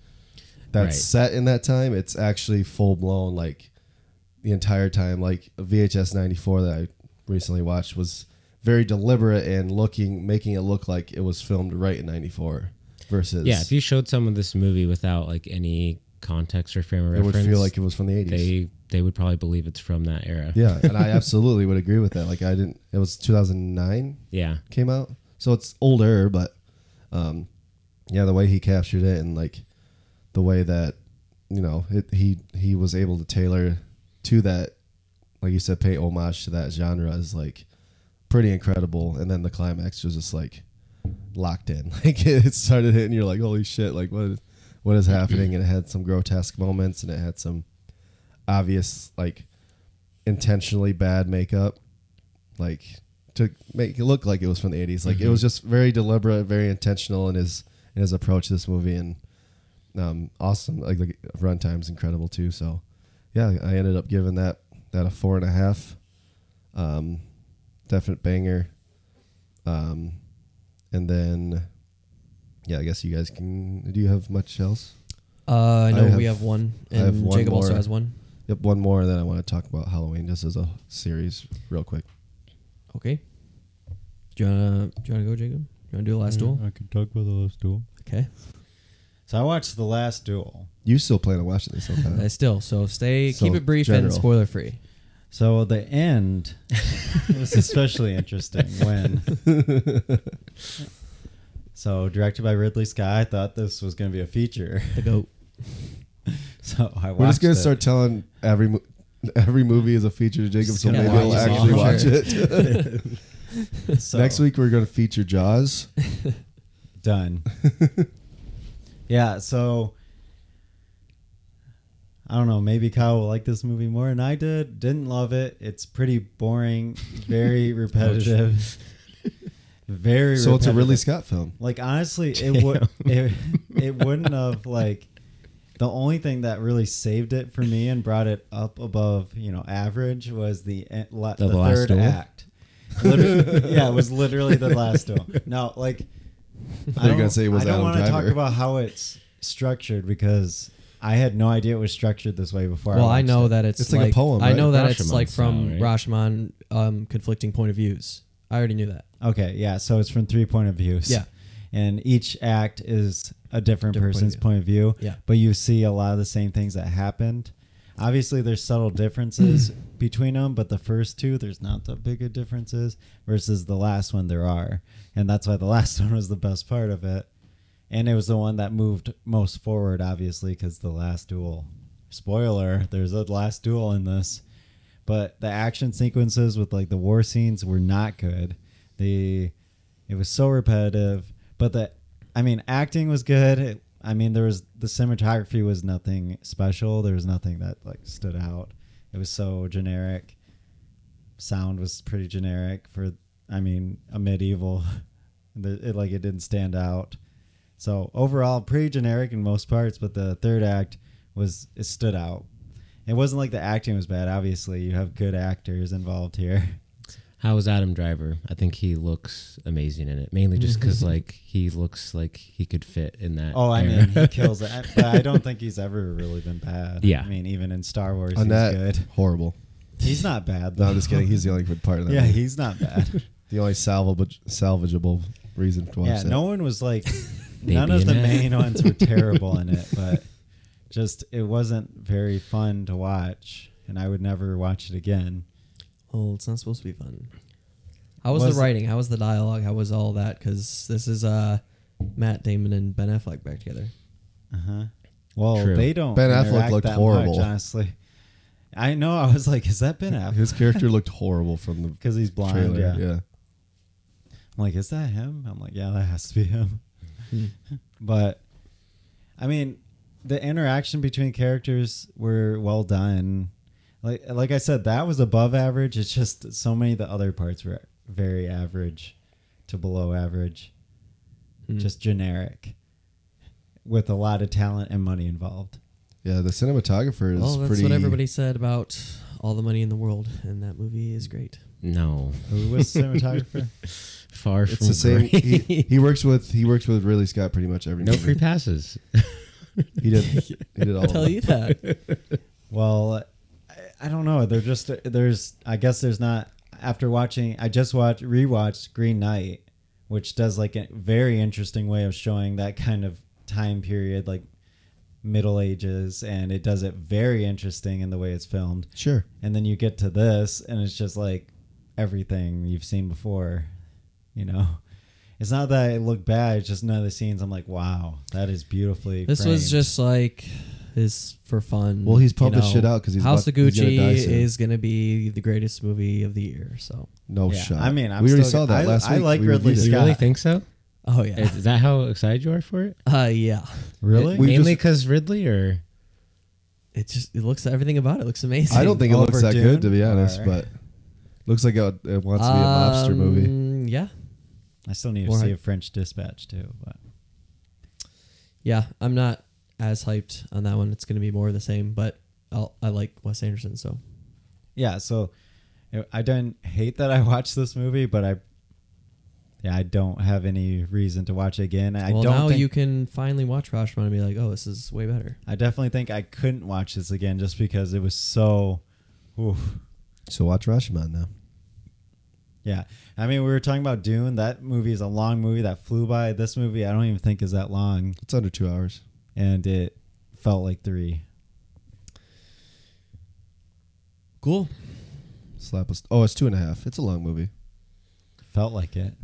C: that's
D: Right.
C: set in that time it's actually full blown like the entire time like VHS 94 that I recently watched was very deliberate and looking making it look like it was filmed right in 94 versus
D: yeah. If you showed someone this movie without like any context or frame of
C: it would
D: reference,
C: feel like it was from the 80s
D: they they would probably believe it's from that era.
C: yeah and i absolutely would agree with that like i didn't it was 2009
D: yeah.
C: came out so it's older but um yeah the way he captured it and like the way that you know it, he he was able to tailor to that like you said pay homage to that genre is like pretty incredible and then the climax was just like locked in like it started hitting you're like holy shit like what what is happening and it had some grotesque moments and it had some obvious like intentionally bad makeup like to make it look like it was from the 80s like it was just very deliberate very intentional in his in his approach to this movie and um awesome like, like runtime's incredible too so yeah i ended up giving that that a four and a half um definite banger um and then yeah i guess you guys can do you have much else
A: Uh, no,
C: I
A: we
C: have-
A: have one,
C: I have
A: and
C: one
A: Jacob also
C: more.
A: has one.
C: yep one more and then i want to talk about halloween just as a series real quick
A: Okay. Do you wanna do you wanna go, Jacob? You wanna do the
C: Mm.
A: last duel?
B: Mm, I could talk about the last duel.
A: Okay.
B: So I watched the last duel.
C: you still plan on watching this sometime
A: Uh, still, so stay,
C: So,
A: keep it brief
C: general.
A: and spoiler free.
B: So the end was especially interesting when. So directed by Ridley Scott, I thought this was going to be a feature.
A: The goat.
B: So I watched.
C: We're just gonna
B: it.
C: start telling every mo- every movie is a feature to Jacob,
B: Just
C: so
B: gonna
C: maybe
B: watch
C: he'll
B: it.
C: actually
B: Sure.
C: watch it.
B: So-
C: Next week we're gonna feature Jaws.
B: done. yeah, so I don't know. Maybe Kyle will like this movie more than I did. Didn't love it. It's pretty boring, very repetitive, very.
C: So it's a Ridley
B: repetitive.
C: Scott film.
B: Like honestly, it would it, it wouldn't have like the only thing that really saved it for me and brought it up above you know average was the en- la-
D: The
B: the,
D: last
B: third
D: duel?
B: act. Literally, yeah, it was literally the last duel. No, like
C: thought you were gonna say it was
B: I don't
C: Adam
B: wanna talk
C: Driver.
B: about how it's structured because I had no idea it was structured this way before.
A: Well, I
B: watched
A: know
B: it.
A: that it's,
C: It's like a poem,
A: I know
C: right?
A: that it's
D: Rashomon
A: like from
D: style, right?
A: Rashomon um, conflicting point of views. I already knew that.
B: Okay, yeah. So it's from three point of views.
A: Yeah.
B: And each act is a different,
A: Different
B: person's
A: point
B: point of, view.
A: Yeah.
B: But you see a lot of the same things that happened. Obviously, there's subtle differences between them, but the first two, there's not that big of differences versus the last one, there are. And that's why the last one was the best part of it. And it was the one that moved most forward, obviously, because the last duel. Spoiler, there's a last duel in this. But the action sequences with like the war scenes were not good. The it was so repetitive. But the I mean, acting was good. It- I mean, there was the cinematography was nothing special. There was nothing that like stood out. It was so generic. Sound was pretty generic for I mean, a medieval. The- It like it didn't stand out. So overall, pretty generic in most parts, but the third act was it stood out. It wasn't like the acting was bad. Obviously, you have good actors involved here.
D: How is Adam Driver? I think he looks amazing in it, mainly just because like he looks like he could fit in that.
B: Oh, I
D: era.
B: mean, he kills it. But I don't think he's ever really been bad.
D: Yeah.
B: I mean, even in Star Wars,
C: On
B: he's
C: that,
B: good.
C: horrible.
B: He's not bad. Though.
C: No, I'm just kidding. He's the only good part of that.
B: yeah,
C: movie.
B: he's not bad.
C: the only salvage, salvageable reason to watch
B: yeah,
C: that.
B: no one was like. none of
D: Baby
B: the
D: in it.
B: main ones were terrible in it, but just it wasn't very fun to watch, and I would never watch it again.
A: Well, Oh, it's not supposed to be fun. How was,
B: Was
A: the
B: it-
A: writing? How was the dialogue? How was all that? Because this is uh, Matt Damon and Ben Affleck back together.
B: Well,
D: True.
B: they don't.
C: Ben Affleck
B: interact
C: looked
B: that
C: horrible.
B: Much, honestly, I know. I was like, "Is that Ben Affleck?"
C: His character looked horrible from the
B: Because he's blind.
C: trailer.
B: yeah.
C: yeah.
B: I'm like, "Is that him?" I'm like, "Yeah, that has to be him." but, I mean, the interaction between characters were well done. Like, like I said, that was above average. It's just so many of the other parts were very average to below average,
A: Hmm.
B: just generic, with a lot of talent and money involved.
C: Yeah, the cinematographer is
A: well, Oh, that's
C: pretty.
A: what everybody said about all the money in the world, and that movie is great.
D: no,
B: Who was the cinematographer?
D: far
C: It's
D: from
C: the same.
D: great.
C: He, he works with he works with Ridley Scott pretty much every
D: No
C: movie.
D: free passes.
C: He did he did all.
A: I
C: of
A: tell
C: them.
A: you that.
B: Well, I, I don't know. They're just there's. I guess there's not. After watching, I just watched rewatched Green Knight, which does like a very interesting way of showing that kind of time period, like Middle Ages, and it does it very interesting in the way it's filmed.
C: Sure.
B: And then you get to this, and it's just like everything you've seen before. You know, it's not that it looked bad. It's just none of the scenes. I'm like, wow, that is beautifully.
A: This was
B: framed.
A: just like his for fun.
C: Well, he's
A: you
C: pumped this
A: know.
C: shit out 'cause he's
A: House
C: about-
A: of Gucci
C: he's gonna die soon.
A: is going to be the greatest movie of the year. So,
C: No
B: Yeah,
C: shot.
B: I mean, I'm
C: we already
B: still-
C: saw that
B: I-
C: last
B: I
C: week.
B: like
C: We
B: Ridley
C: reviewed
D: Do
C: it.
D: you
B: Scott.
D: really think so?
A: oh yeah,
D: Is that how excited you are for it?
A: uh, yeah.
B: really.
D: It,
C: We
D: mainly
C: just-
D: because Ridley, or
A: It just it looks everything about it looks amazing.
C: I don't think it looks that
B: Oliver
C: good to be
B: Dune
C: honest,
B: or-
C: but looks like it, it wants to be a mobster movie.
A: Um, Yeah,
B: I still need to
A: Or
B: see
A: I-
B: a French Dispatch too, but
A: yeah. I'm not as hyped on that one. It's going to be more of the same, but I'll, I like Wes Anderson, so
B: yeah. So you know, I don't hate that I watched this movie, but I yeah I don't have any reason to watch it again. I
A: well
B: don't.
A: now
B: think,
A: you can finally watch Rashomon and be like, oh, this is way better.
B: I definitely think I couldn't watch this again just because it was so. Oof.
C: So watch Rashomon now.
B: Yeah, I mean, we were talking about Dune. That movie is a long movie that flew by. This movie, I don't even think is that long,
C: It's under two hours.
B: and it felt like three.
A: Cool.
C: Slap us. Oh, it's two and a half. It's a long movie.
B: Felt like it.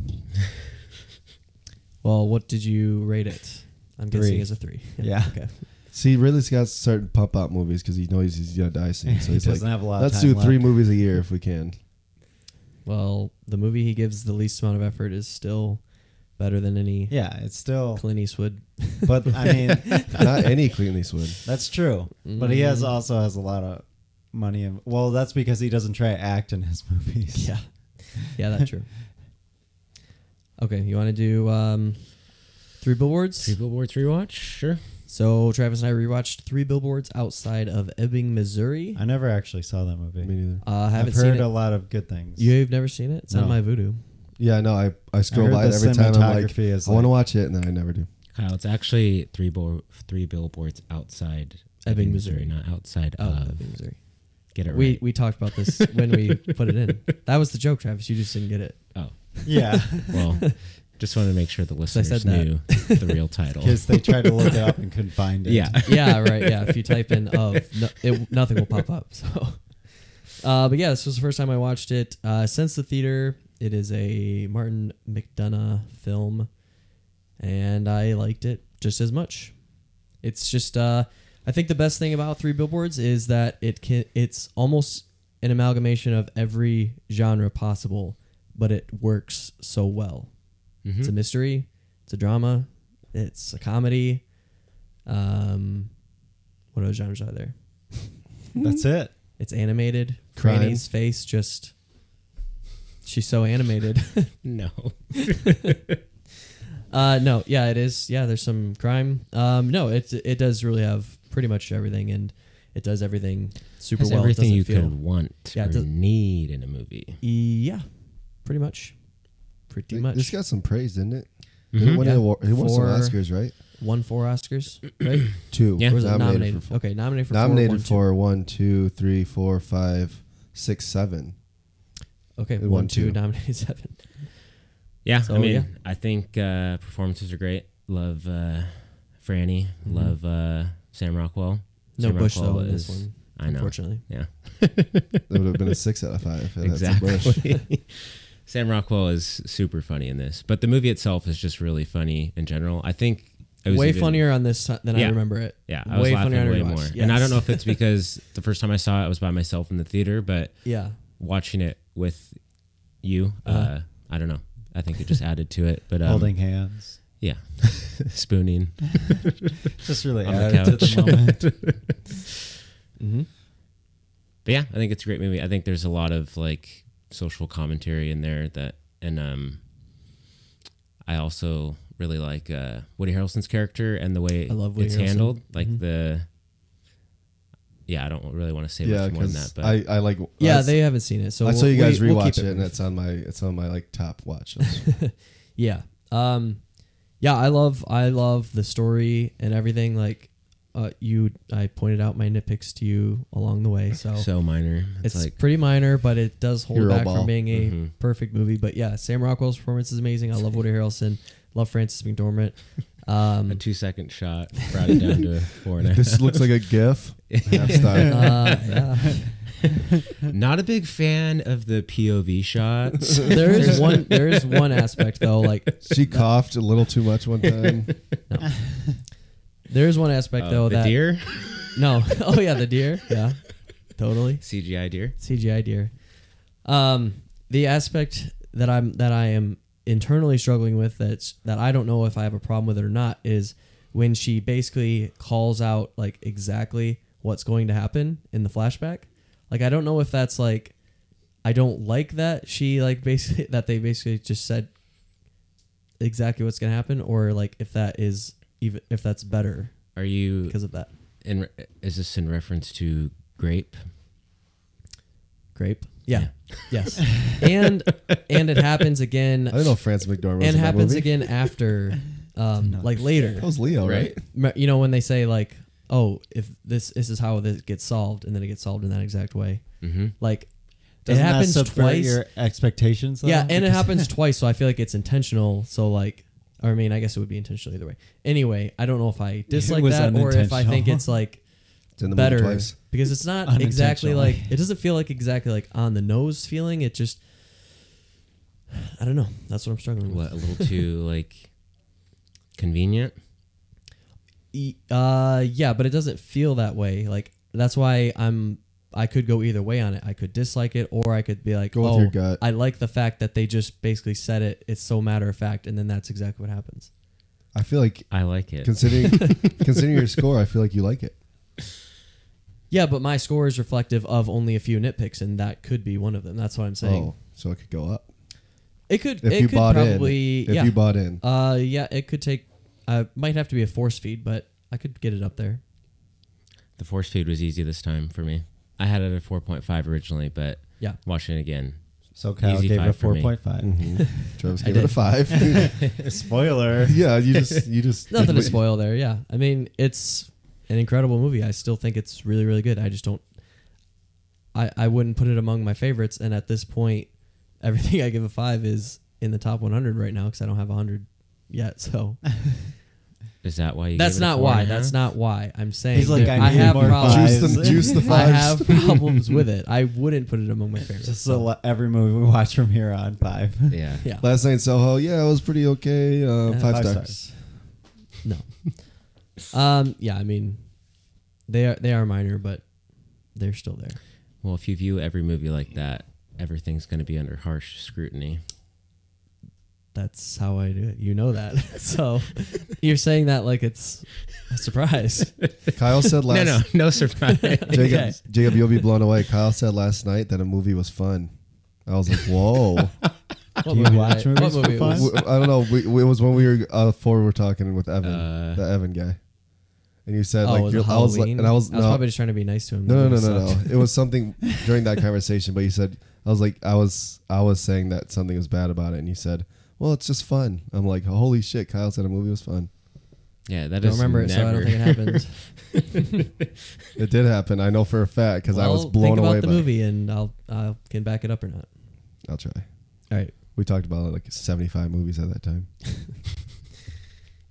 A: Well, what did you rate it? I'm guessing
B: Three.
A: it's a three.
B: Yeah.
A: Okay.
C: See, Ridley Scott's starting to pump out movies because he knows he's gonna die soon. So
B: He
C: he's like,
B: doesn't have a lot of
C: let's
B: time
C: do three
B: left."
C: movies a year if we can.
A: Well, the movie he gives the least amount of effort is still better than any
B: Yeah, it's still.
A: Clint Eastwood.
B: But I mean,
C: Not any Clint Eastwood.
B: that's true. But he
A: Mm-hmm.
B: has also has a lot of money. In, well, that's because he doesn't try to act in his movies.
A: Yeah.
B: uh,
A: Yeah, that's true. Okay, you want to do um, three billboards?
D: Three Billboards rewatch, sure.
A: So Travis and I rewatched Three Billboards Outside of Ebbing, Missouri.
B: I never actually saw that movie.
C: Me neither.
A: Uh, haven't
B: I've
A: seen
B: heard
A: it.
B: a lot of good things.
A: You've never seen it? It's on
B: No.
A: my voodoo.
C: Yeah, no, I I scroll
B: heard
C: by it
B: the
C: every time. I'm like,
B: cinematography is
C: I want to
B: like-
C: watch it, and then I never do.
D: Kyle, it's actually three bo- three billboards outside
A: Ebbing, Missouri.
D: not outside
A: Oh,
D: of.
A: Ebbing, Missouri.
D: Get Uh, it
A: We
D: right.
A: we talked about this when we put it in. That was the joke, Travis. You just didn't get it.
D: oh,
B: Yeah,
D: well, just wanted to make sure the
A: I
D: listeners
A: said
D: knew the real title.
B: because they tried to look it up and couldn't find it.
D: Yeah,
A: Yeah, right. Yeah, if you type in of, no, it, nothing will pop up. So, uh, but yeah, this was the first time I watched it uh, since the theater. It is a Martin McDonough film, and I liked it just as much. It's just, uh, I think the best thing about Three Billboards is that it can. It's almost an amalgamation of every genre possible, but it works so well.
D: Mm-hmm.
A: It's a mystery. It's a drama. It's a comedy. Um, what other genres are there?
B: that's it.
A: It's animated.
C: Crime.
A: Franny's face just. She's so animated.
D: no.
A: uh, no, yeah, it is. Yeah, there's some crime. Um, no, it it does really have pretty much everything, and it does everything super
D: Has
A: well. It
D: everything
A: doesn't
D: you
A: feel,
D: could want
A: Yeah, it
D: or
A: does-
D: need in a movie.
A: Yeah, pretty much. Pretty much.
C: This got some praise, didn't it?
D: Mm-hmm.
B: Mm-hmm.
C: It won, an
A: Yeah.
C: award, it won some
A: For-
C: Oscars, right?
A: Won four Oscars, right?
C: Two.
D: Yeah.
A: Or was it
C: Nominated,
A: nominated?
C: for four.
A: Okay, nominated for
C: nominated
A: four.
C: for one, two, three, four, five, six, seven.
A: won two. Okay,
C: it won
A: one, two,
C: two.
A: nominated seven.
D: Yeah,
A: So,
D: I mean,
A: yeah.
D: I think uh, performances are great. Love uh, Franny. Love uh, Sam Rockwell.
A: Mm-hmm. No
D: Sam
A: Bush though
D: Rockwell
A: in this
D: is-
A: one.
D: I know.
A: Unfortunately,
D: Yeah,
C: That would have been a six out of five. and that's a bush.
D: exactly. Sam Rockwell is super funny in this, but the movie itself is just really funny in general. I think it was
A: way
D: even-
A: funnier on this ti- than I
D: Yeah.
A: remember it.
D: Yeah, I was laughing
A: on
D: way
A: rewatch.
D: more.
A: Yes.
D: And I don't know if it's because the first time I saw it, I was by myself in the theater, but
A: yeah,
D: watching it with you, uh, I don't know. I think it just added to it. But um,
B: Holding hands
D: yeah, spooning.
B: just really
D: On the
B: added to
D: couch.
B: the moment.
D: Mm-hmm. But yeah, I think it's a great movie. I think there's a lot of like social commentary in there that, and um, I also really like uh, Woody Harrelson's character and the way
A: I love Woody
D: it's
A: Harrelson.
D: handled. Like the, yeah, I don't really want to say
C: Yeah,
D: much more than
C: because
D: that, but
C: I, I like.
A: yeah,
C: I,
A: they haven't seen it, so
C: I
A: we'll,
C: saw you guys
A: we, we'll keep
C: rewatch it,
A: it
C: and it's on my it's on my like top watch. list.
A: Yeah. Um yeah, I love I love the story and everything like uh you I pointed out my nitpicks to you along the way, so,
D: so minor.
A: it's
D: It's, like Mm-hmm.
A: pretty minor, but it does hold
C: Hero
A: back
C: ball.
A: from being a perfect movie, but yeah, Sam Rockwell's performance is amazing. I love Woody Harrelson. Love Francis McDormand. Um,
D: a two second shot brought it down to a four and a half.
C: this looks like a GIF. Half star.
A: uh, yeah.
D: Not a big fan of the POV shots.
A: There is one. There is one aspect though. Like
C: She coughed a little too much one time.
A: there is one aspect
D: Uh,
A: though
D: the
A: that
D: deer,
A: No. Oh yeah, the deer. Yeah. Totally.
D: CGI deer.
A: CGI deer. Um the aspect that I'm that I am internally struggling with that's that I don't know if I have a problem with it or not is when she basically calls out like exactly what's going to happen in the flashback. Like I don't know if that's like I don't like that she like basically that they basically just said exactly what's going to happen or like if that is even if that's better
D: Are you?
A: because of that.
D: In, re- is this in reference to grape?
A: Grape. Yeah. Yes. and and it happens again.
C: I don't know if Francis McDormand.
A: And
C: was in that
A: happens
C: movie.
A: again after, um, like later.
C: That was Leo, right?
A: M- You know when they say like, "Oh, if this this is how this gets solved," and then it gets solved in that exact way. Mm-hmm. Like
B: Doesn't
A: it happens
B: that subvert
A: twice.
B: your expectations? Though?
A: yeah, and it
B: Because-
A: happens twice, so I feel like it's intentional. So like, or I mean, I guess it would be intentional either way. Anyway, I don't know if I dislike
B: was
A: that or if I
B: unintentional.
A: think it's like
C: It's in the
A: better
C: movie twice.
A: because it's not exactly
B: Unintentionally.
A: like it doesn't feel like exactly like on the nose feeling. It just I don't know. That's what I'm struggling with.
D: What a little too like convenient.
A: E- Uh, yeah, but it doesn't feel that way. Like that's why I'm. I could go either way on it. I could dislike it, or I could be like,
C: Go with
A: "Oh,
C: your gut."
A: I like the fact that they just basically said it. It's so matter of fact, and then that's exactly what happens."
C: I feel like
D: I like it.
C: considering considering your score, I feel like you like it.
A: Yeah, but my score is reflective of only a few nitpicks, and that could be one of them. That's what I'm saying.
C: Oh, so it could go up
A: It could.
C: if
A: it
C: you
A: could
C: bought
A: probably,
C: in. If
A: yeah.
C: you bought in,
A: Uh, yeah, it could take. Uh, might have to be a force feed, but I could get it up there.
D: the force feed was easy this time for me. I had it at 4.5 originally, but
A: Yeah.
D: watching it again,
B: So Kyle
D: Easy
B: gave it a
D: five for
B: four
D: me.
B: point
C: Mm.
B: five.
C: Mm-hmm. Travis
A: I
C: gave it a
A: did.
C: five.
B: Spoiler.
C: yeah, you just you just
A: Nothing to spoil there. Yeah, I mean it's an incredible movie. I still think it's really really good. I just don't. I I wouldn't put it among my favorites, and at this point, everything I give a five is in the top 100 right now because I don't have 100 yet. So
D: is that why you
A: that's
D: gave it a
A: not
D: four and
A: why.
D: a half?
A: That's not why. I'm saying
B: He's like,
A: that
B: I, need
A: have
B: more
A: problems.
B: fives.
C: Juice the- juice the
A: I
C: five.
A: have problems with it. I wouldn't put it among my favorites.
B: Just so le- every movie we watch from here on five.
D: Yeah.
A: yeah.
C: Last night in Soho, yeah, it was pretty okay.
A: Uh,
C: Uh, five,
B: Five
C: stars.
B: stars.
A: No. um. Yeah. I mean, they are they are minor, but they're still there.
D: Well, if you view every movie like that, everything's going to be under harsh scrutiny.
A: That's how I do it. You know that. so you're saying that like it's a surprise.
C: Kyle said last.
D: No, no, no surprise.
C: Jacob,
A: Okay.
C: Jacob, you'll be blown away. Kyle said last night that a movie was fun. I was like, whoa.
A: What
B: you
A: did
B: watch
A: I-
B: movies for
A: movie was-
B: fun?
C: W- I don't know. We, we- it was when we were uh, four. We're talking with Evan,
D: Uh,
C: the Evan guy, and you said
A: Oh,
C: like
A: was it
C: you're, I was like,
A: Halloween?
C: and I was, no,
A: probably just trying to be nice to him.
C: no, no, no,
A: That
C: no, no.
A: sucked.
C: It was something during that conversation, but you said I was like I was I was saying that something was bad about it, and you said, well, it's just fun. I'm like, holy shit, Kyle said a movie was fun.
D: yeah, that
A: I don't
D: is
A: remember it, so I
D: never-
A: don't think it happened.
C: It did happen. I know for a fact because I was
A: Well,
C: blown
A: think about
C: away
A: the
C: by
A: movie, and I'll I can back it up or not.
C: it. I'll try.
A: All right.
C: We talked about like 75 movies at that time.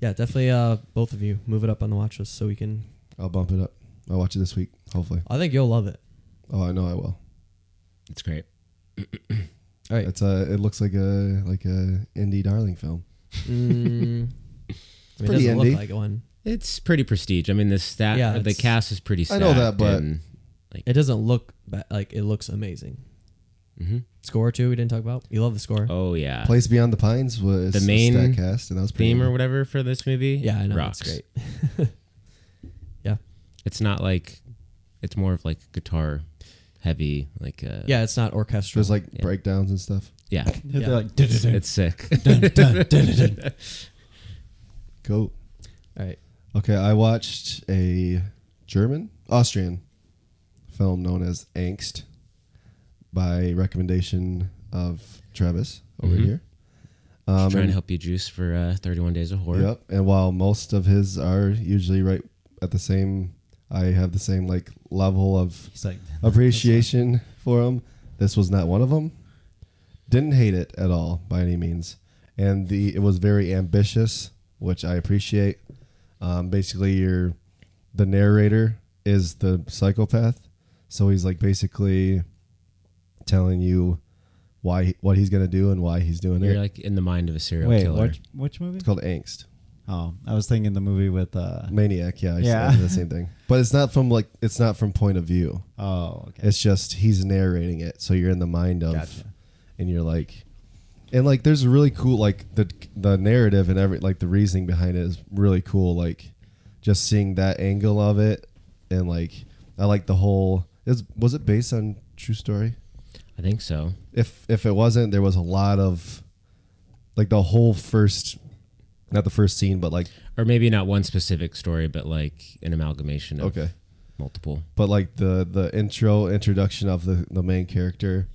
A: Yeah, definitely. Uh, both of you move it up on the watch list so we can.
C: I'll bump it up. I'll watch it this week, hopefully.
A: I think you'll love it.
C: Oh, I know I will.
D: It's great.
A: All right.
C: It's a. It looks like a like a indie darling film.
A: Mm, I mean, it
C: pretty
A: doesn't look
C: indie.
A: like one.
D: It's pretty prestige. I mean, the stat,
A: Yeah,
D: the
A: it's-
D: cast is pretty.
C: I
D: Stacked
C: know that, but-
A: It doesn't look ba- like it looks amazing.
D: hmm
A: Score too. We didn't talk about. You love the score.
D: oh yeah,
C: Place Beyond the Pines was
D: The
C: the
D: main
C: main stat cast, and that was pretty
D: theme or
C: good.
D: whatever for this movie.
A: yeah, I know.
D: rocks.
A: That's great.
D: It's not like, it's more of like guitar heavy, like uh,
A: Yeah, it's not orchestral.
C: There's like
D: Yeah.
C: breakdowns and stuff.
D: yeah.
B: They're
A: Yeah.
B: like, "Dun, dun, dun,
D: It's sick.
B: dun, dun, dun, dun."
C: Cool.
A: all right.
C: Okay, I watched a German Austrian film known as Angst by recommendation of Travis over
D: Mhm.
C: here. Um,
D: Trying
C: and-
D: to help you juice for uh, 31 Days of Horror.
C: Yep. And while most of his are usually right at the same, I have the same like level of
B: He's like,
C: appreciation for him. This was not one of them. Didn't hate it at all by any means, and the it was very ambitious, which I appreciate. Um, basically, your the narrator is the psychopath, so he's like basically telling you why what he's gonna do and why he's doing
D: You're
C: it.
D: like in the mind of a serial
B: Wait,
D: killer.
B: which, which movie?
C: it's called angst.
B: Oh, I was thinking the movie with uh.
C: Maniac, yeah, I
B: Yeah.
C: said the same thing. But it's not from like it's not from point of view.
B: Oh, okay.
C: It's just he's narrating it, so you're in the mind of,
B: Gotcha.
C: and you're like, and like there's a really cool like the the narrative and every like the reasoning behind it is really cool. Like just seeing that angle of it, and like I like the whole. Is was it based on true story?
D: I think so.
C: if if it wasn't, there was a lot of like the whole first, not the first scene, but like
D: Or maybe not one specific story, but like an amalgamation of
C: okay,
D: multiple.
C: but like the the intro introduction of the the main character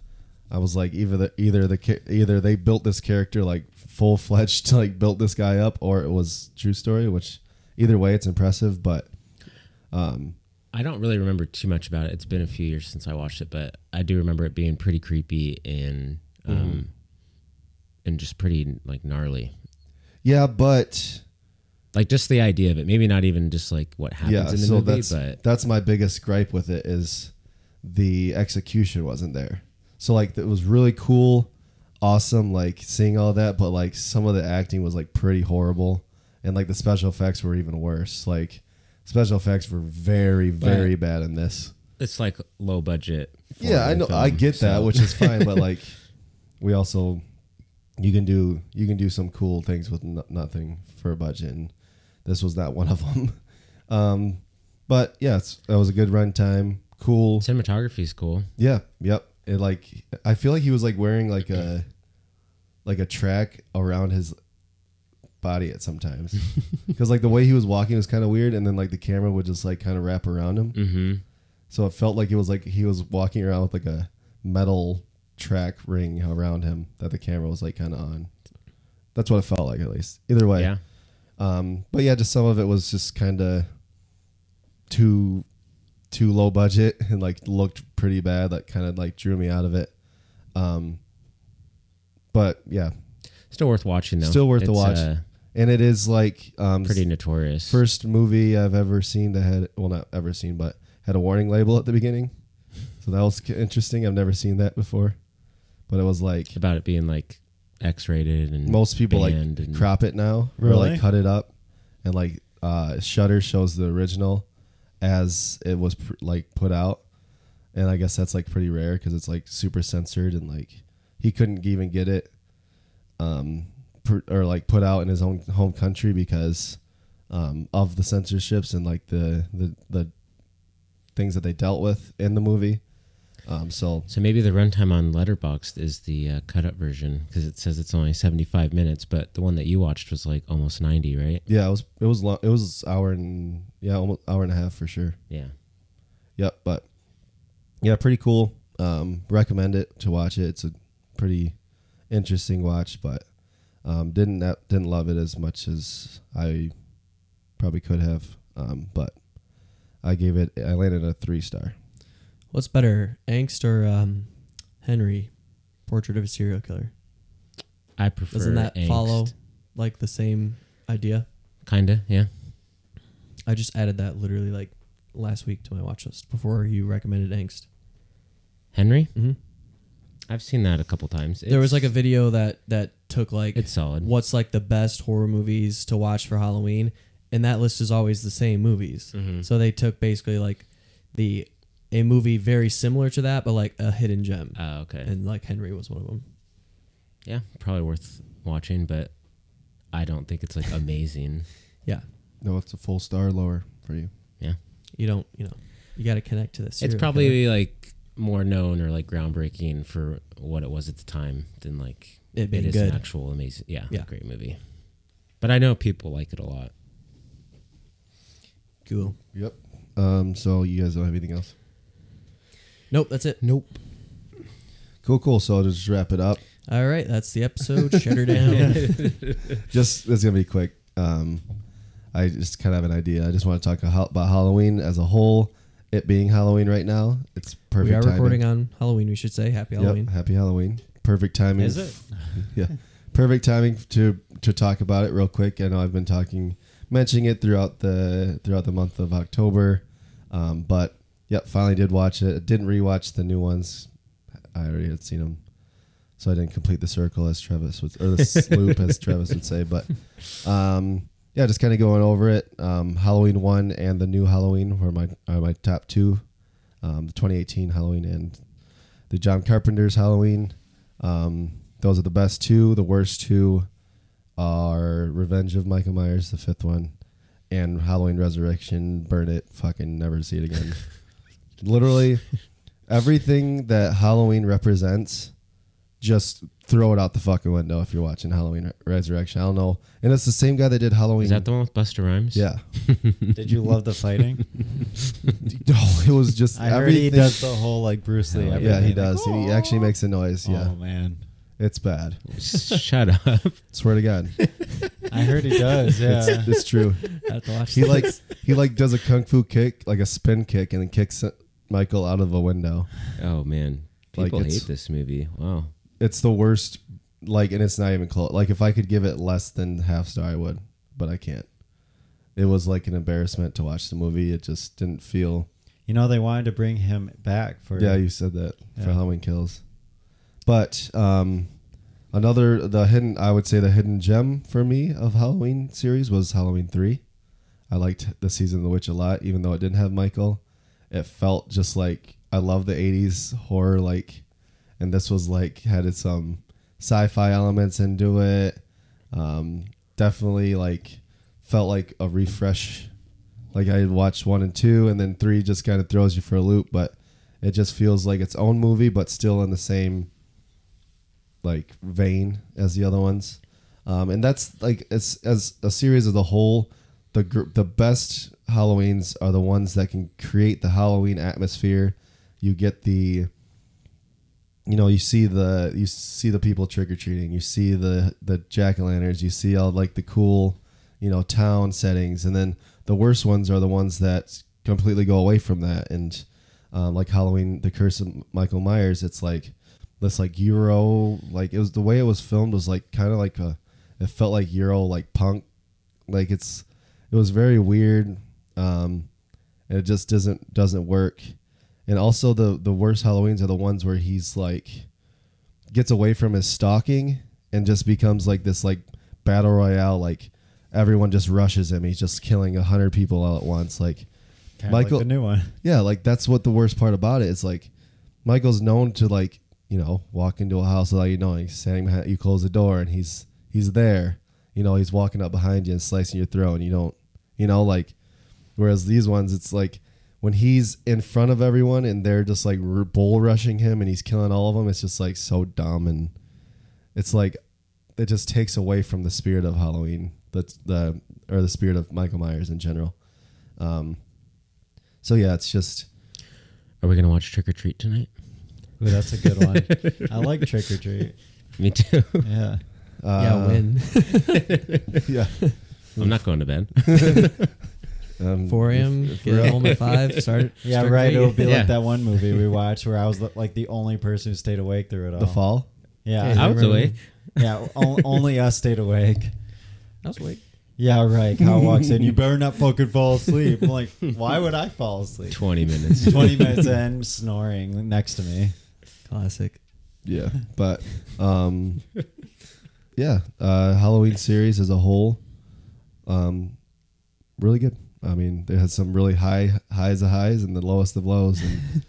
C: i was like either the either the cha- either they built this character like full-fledged like built this guy up or it was true story which either way it's impressive but
D: I don't really remember too much about it. It's been a few years since I watched it, but I do remember it being pretty creepy and um,
C: Mm-hmm.
D: and just pretty like gnarly.
C: yeah but
D: Like just the idea of it. Maybe not even just like what happens
C: yeah
D: in the
C: so
D: movie,
C: that's
D: but
C: that's my biggest gripe with it is the execution wasn't there so like it was really cool awesome like seeing all that but like some of the acting was like pretty horrible and like the special effects were even worse. Like special effects were very very bad in this.
D: It's like low budget.
C: Yeah, I
D: foreign
C: know. I
D: film,
C: get that,
D: so-
C: which is fine. but like, we also you can do you can do some cool things with no, nothing for a budget. And this was not one of them. Um, but yeah, it's, that was a good runtime. Cool.
D: cinematography's cool.
C: Yeah. Yep. It like I feel like he was like wearing like a like a track around his body at sometimes because like the way he was walking was kind of weird, and then like the camera would just like kind of wrap around him.
D: Mm-hmm.
C: So it felt like it was like he was walking around with like a metal track ring around him that the camera was like kind of on. That's what it felt like, at least. Either way,
D: Yeah.
C: Um, but yeah, just some of it was just kind of too too low budget and like looked pretty bad. That kind of like drew me out of it. Um, but yeah,
D: Still worth watching though.
C: still worth the
D: It's,
C: watch.
D: uh,
C: and it is like um,
D: pretty notorious.
C: first movie I've ever seen that had well not ever seen but had a warning label at the beginning. So that was ki- interesting. I've never seen that before, but it was like
D: about it being like X-rated and
C: most people like
D: Mm-hmm. banned and-
C: crop it now or
B: Really?
C: like cut it up, and like uh, Shutter shows the original as it was pr- like put out, and I guess that's like pretty rare because it's like super censored and like he couldn't even get it, um, pr- or like put out in his own home country because um, of the censorships and like the the the things that they dealt with in the movie. Um, so
D: So maybe the runtime on Letterboxd is the uh, cut up version because it says it's only 75 minutes, but the one that you watched was like almost 90, right?
C: yeah, it was it was long, it was hour and yeah almost hour and a half for sure.
D: Yeah.
C: Yep, but yeah, pretty cool. Um, recommend it to watch it. It's a pretty interesting watch, but um, didn't that, didn't love it as much as I probably could have. Um, but I gave it. I landed a three star.
A: What's better, Angst or um, Henry, Portrait of a Serial Killer?
D: I prefer
A: Doesn't that
D: angst.
A: follow like the same idea?
D: Kinda, yeah.
A: I just added that literally like last week to my watch list before you recommended Angst.
D: Henry?
A: Mm-hmm.
D: I've seen that a couple times.
A: There was
D: It's-
A: like a video that that took like
D: It's solid.
A: what's like the best horror movies to watch for Halloween, and that list is always the same movies.
D: Mm-hmm.
A: So they took basically like the a movie very similar to that, but like a hidden gem,
D: Oh, okay.
A: and like Henry was one of them.
D: yeah, probably worth watching, but I don't think it's like amazing.
A: Yeah,
C: No, it's a full star lower for you.
D: Yeah.
A: you don't you know you got to connect to this.
D: It's probably like more known or like groundbreaking for what it was at the time than like
A: It being
D: is
A: good.
D: an actual amazing yeah,
A: Yeah.
D: great movie. But I know people like it a lot.
A: cool.
C: Yep. Um, so you guys don't have anything else?
A: Nope, that's it.
C: Nope. Cool, cool. So I'll just wrap it up.
A: All right, that's the episode. Shut her down.
C: just it's gonna be quick. Um, I just kind of have an idea. I just want to talk a- about Halloween as a whole. It being Halloween right now, it's perfect.
A: we are
C: timing.
A: recording on Halloween. We should say Happy
C: Yep,
A: Halloween.
C: happy Halloween. Perfect timing.
B: Is it?
C: yeah, perfect timing to to talk about it real quick. I know I've been talking, mentioning it throughout the throughout the month of October, um, but yep, finally did watch it. Didn't rewatch the new ones. I already had seen them, so I didn't complete the circle as Travis would, or the s- loop as Travis would say. But um, yeah, just kind of going over it. Um, Halloween one and the new Halloween were my are my top two. Um, the 2018 Halloween and the John Carpenter's Halloween. Um, those are the best two. The worst two are Revenge of Michael Myers, the fifth one, and Halloween Resurrection. Burn it, fucking never see it again. Literally, everything that Halloween represents, just throw it out the fucking window if you're watching Halloween Re- Resurrection. I don't know, and it's the same guy that did Halloween.
D: Is that the one with Buster Rhymes?
C: yeah,
B: Did you love the fighting?
C: no, it was just
B: I heard
C: everything.
B: he does the whole like Bruce Lee.
C: yeah, he
B: everything, like,
C: does. He actually makes a noise. Yeah,
B: Oh man,
C: it's bad.
D: Shut up.
C: Swear to God,
B: I heard he does. Yeah,
C: it's true.
A: I have to watch
C: He
A: this.
C: like he like does a kung fu kick, like a spin kick, and then kicks Michael out of a window.
D: Oh man.
C: Like,
D: People
C: it's-
D: hate this movie. Wow.
C: It's the worst. Like, and it's not even close. Like, if I could give it less than half star, I would, but I can't. It was like an embarrassment to watch the movie. It just didn't feel.
B: you know they wanted to bring him back for
C: Yeah, you said that for
B: Yeah.
C: Halloween Kills, but um, Another the hidden I would say the hidden gem for me of Halloween series was Halloween three. I liked the season of the witch a lot, even though it didn't have Michael. It felt just like I love the eighties horror like and this was like had its um sci-fi elements into it. Um, definitely like felt like a refresh. Like I had watched one and two, and then three just kind of throws you for a loop, but it just feels like its own movie, but still in the same like vein as the other ones. Um, and that's like it's as a series as a whole, the group the best Halloweens are the ones that can create the Halloween atmosphere. You get the you know you see the you see the people trick or treating you see the the jack-o'-lanterns you see all like the cool you know town settings and then the worst ones are the ones that completely go away from that and um, like halloween the curse of michael myers it's like this like euro like it was the way it was filmed was like kind of like a it felt like euro like punk like it's it was very weird um and it just doesn't doesn't work and also the the worst Halloweens are the ones where he's like gets away from his stalking and just becomes like this like battle royale like everyone just rushes him he's just killing a hundred people all at once like
B: Kinda
C: Michael-
B: like the new one.
C: yeah like that's what the worst part about it is like Michael's known to like you know walk into a house without you knowing he's standing behind you close the door and he's he's there you know he's walking up behind you and slicing your throat and you don't you know like Whereas these ones, it's like when he's in front of everyone and they're just like r- bull rushing him and he's killing all of them, it's just like so dumb and it's like it just takes away from the spirit of Halloween, the the or the spirit of Michael Myers in general. Um, so yeah, it's just
D: Are we gonna watch Trick or Treat tonight?
B: Ooh, that's a good one. I like Trick or Treat.
D: Me too.
B: Yeah.
C: uh,
A: yeah, when
C: yeah,
D: I'm not going to bed.
C: um,
A: 4 a.m.
C: we're
A: Get
C: up-
A: home at five. Start.
B: Yeah,
A: start
B: right.
A: great.
B: It'll be
D: Yeah.
B: like that one movie we watched where I was like the only person who stayed awake through it all.
C: the fall.
B: Yeah.
A: Yeah.
D: I was awake.
B: Yeah, o- only us stayed awake.
A: I was awake.
B: Yeah, right. Kyle walks in. You better not fucking fall asleep. I'm like, why would I fall asleep?
D: 20 minutes.
B: Twenty minutes in, snoring next to me.
A: Classic.
C: Yeah, but um, yeah, uh, Halloween series as a whole, um, really good. I mean, they had some really high highs of highs and the lowest of lows, and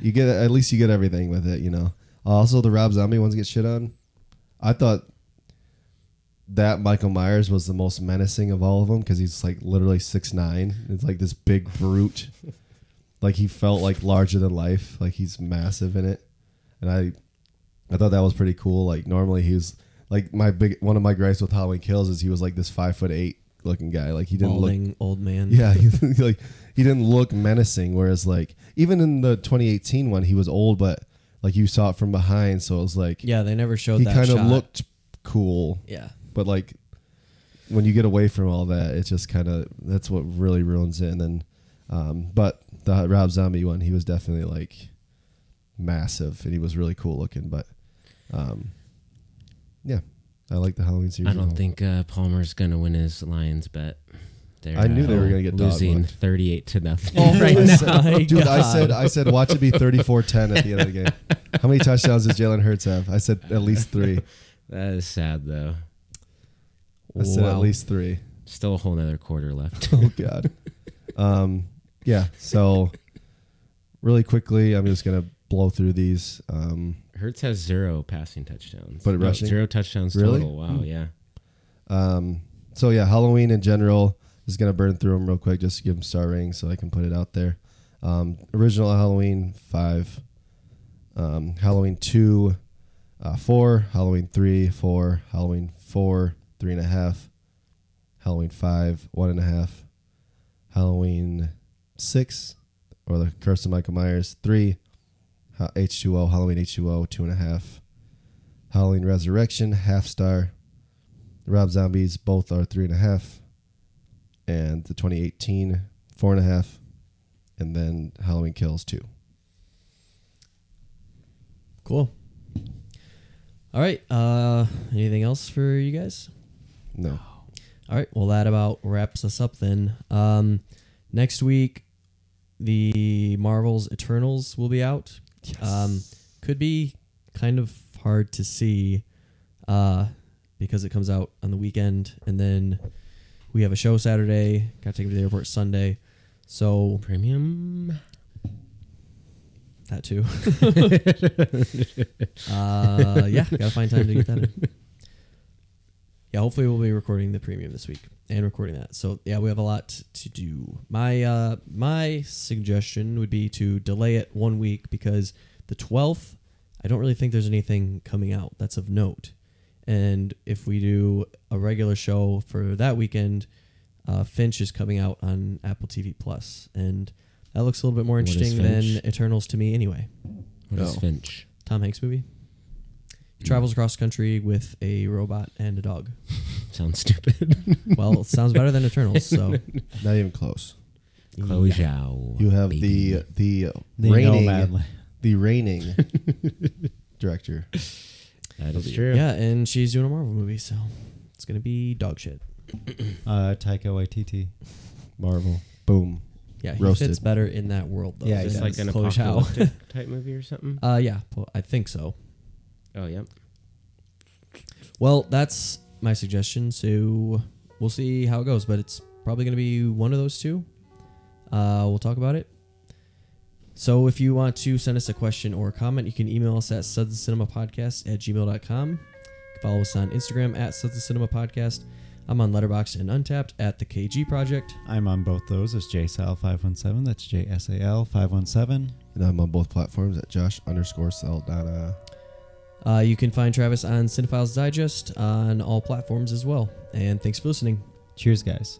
C: you get at least you get everything with it, you know. Also, the Rob Zombie ones get shit on. I thought that Michael Myers was the most menacing of all of them because he's like literally six nine. It's like this big brute. like he felt like larger than life. Like he's massive in it, and I, I thought that was pretty cool. Like normally he was like my big one of my gripes with Halloween Kills is he was like this five foot eight looking guy. Like he didn't look
A: Balding old man.
C: yeah, he, like he didn't look menacing. Whereas like even in the 2018 one, he was old, but like you saw it from behind, so it was like
A: Yeah, they never showed
C: he
A: that.
C: kind of
A: shot.
C: looked cool.
A: Yeah.
C: But like when you get away from all that, it's just kind of that's what really ruins it. And then, um, but the Rob Zombie one, he was definitely like massive, and he was really cool looking. But um, yeah, I like the Halloween series.
D: I
C: as a
D: don't
C: whole.
D: think uh, Palmer's going to win his Lions bet. They're, uh,
C: I knew they were gonna get
D: losing
C: dogmugged.
D: 38 to nothing.
A: Oh right
C: I said-
A: now,
C: dude, I said I said watch it be 34-10 at the end of the game. How many touchdowns does Jalen Hurts have? I said at least three.
D: That is sad, though.
C: I said at
A: Wow.
C: least three.
D: Still a whole nother quarter left.
C: Oh god. Um, yeah. So really quickly, I'm just gonna blow through these. Um,
D: Hertz has zero passing touchdowns.
C: But
D: No,
C: rushing?
D: Zero touchdowns
C: Really? Hmm.
D: total. Wow, yeah.
C: um, so yeah, Halloween in general is gonna burn through them real quick. Just to give them star ratings so I can put it out there. Um, original Halloween five. um, Halloween two, uh, four, Halloween three, four, Halloween four, three and a half, Halloween five, one and a half, Halloween six, or the Curse of Michael Myers three, H two O, Halloween H two O, two and a half, Halloween Resurrection half star, Rob Zombies both are three and a half, and the 2018 four and a half, and then Halloween Kills two.
A: Cool. All right. Uh, anything else for you guys?
C: No.
A: All right. Well, that about wraps us up then. Um, next week, the Marvel's Eternals will be out. Um, could be kind of hard to see. uh, because it comes out on the weekend, and then we have a show Saturday. Got to take him to the airport Sunday, so
D: Premium.
A: that too. uh, yeah, gotta find time to get that in. Yeah, hopefully we'll be recording the premium this week and recording that. So yeah, we have a lot to do. My uh, my suggestion would be to delay it one week because the twelfth, I don't really think there's anything coming out that's of note. And if we do a regular show for that weekend, uh, Finch is coming out on Apple TV Plus, and that looks a little bit more
D: What is
A: interesting than
D: Finch?
A: Eternals to me, anyway.
D: What is
C: No.
D: Finch?
A: Tom Hanks movie.
D: Mm.
A: He travels across country with a robot and a dog.
D: Sounds stupid.
A: Well, it sounds better than Eternals, so
C: Not even close.
D: Chloe Zhao.
C: You have
D: baby.
C: the the,
B: The
C: reigning
B: Nomadland.
C: the reigning director.
D: That is true.
A: yeah, and she's doing a Marvel movie, so it's gonna be dog shit.
B: Uh, Taika Waititi.
D: Marvel.
C: Boom.
A: Yeah, he
C: Roasted.
A: fits better in that world though.
B: Yeah, he
A: than
D: It's like an
A: Chloe Zhao.
D: apocalyptic type movie or something.
A: Uh, yeah, po- I think so.
D: Oh yeah.
A: Well, that's my suggestion. So we'll see how it goes, but it's probably going to be one of those two. Uh, we'll talk about it. So if you want to send us a question or a comment, you can email us at sudsandcinemapodcast at gmail.com. You can follow us on Instagram at Suds and Cinema Podcast. I'm on Letterboxd and Untapped at the KG Project.
B: I'm on both those as JSAL517. That's JSAL517.
C: And I'm on both platforms at Josh underscore Saldana.
A: Uh, you can find Travis on Cinephiles Digest on all platforms as well. And thanks for listening.
B: Cheers, guys.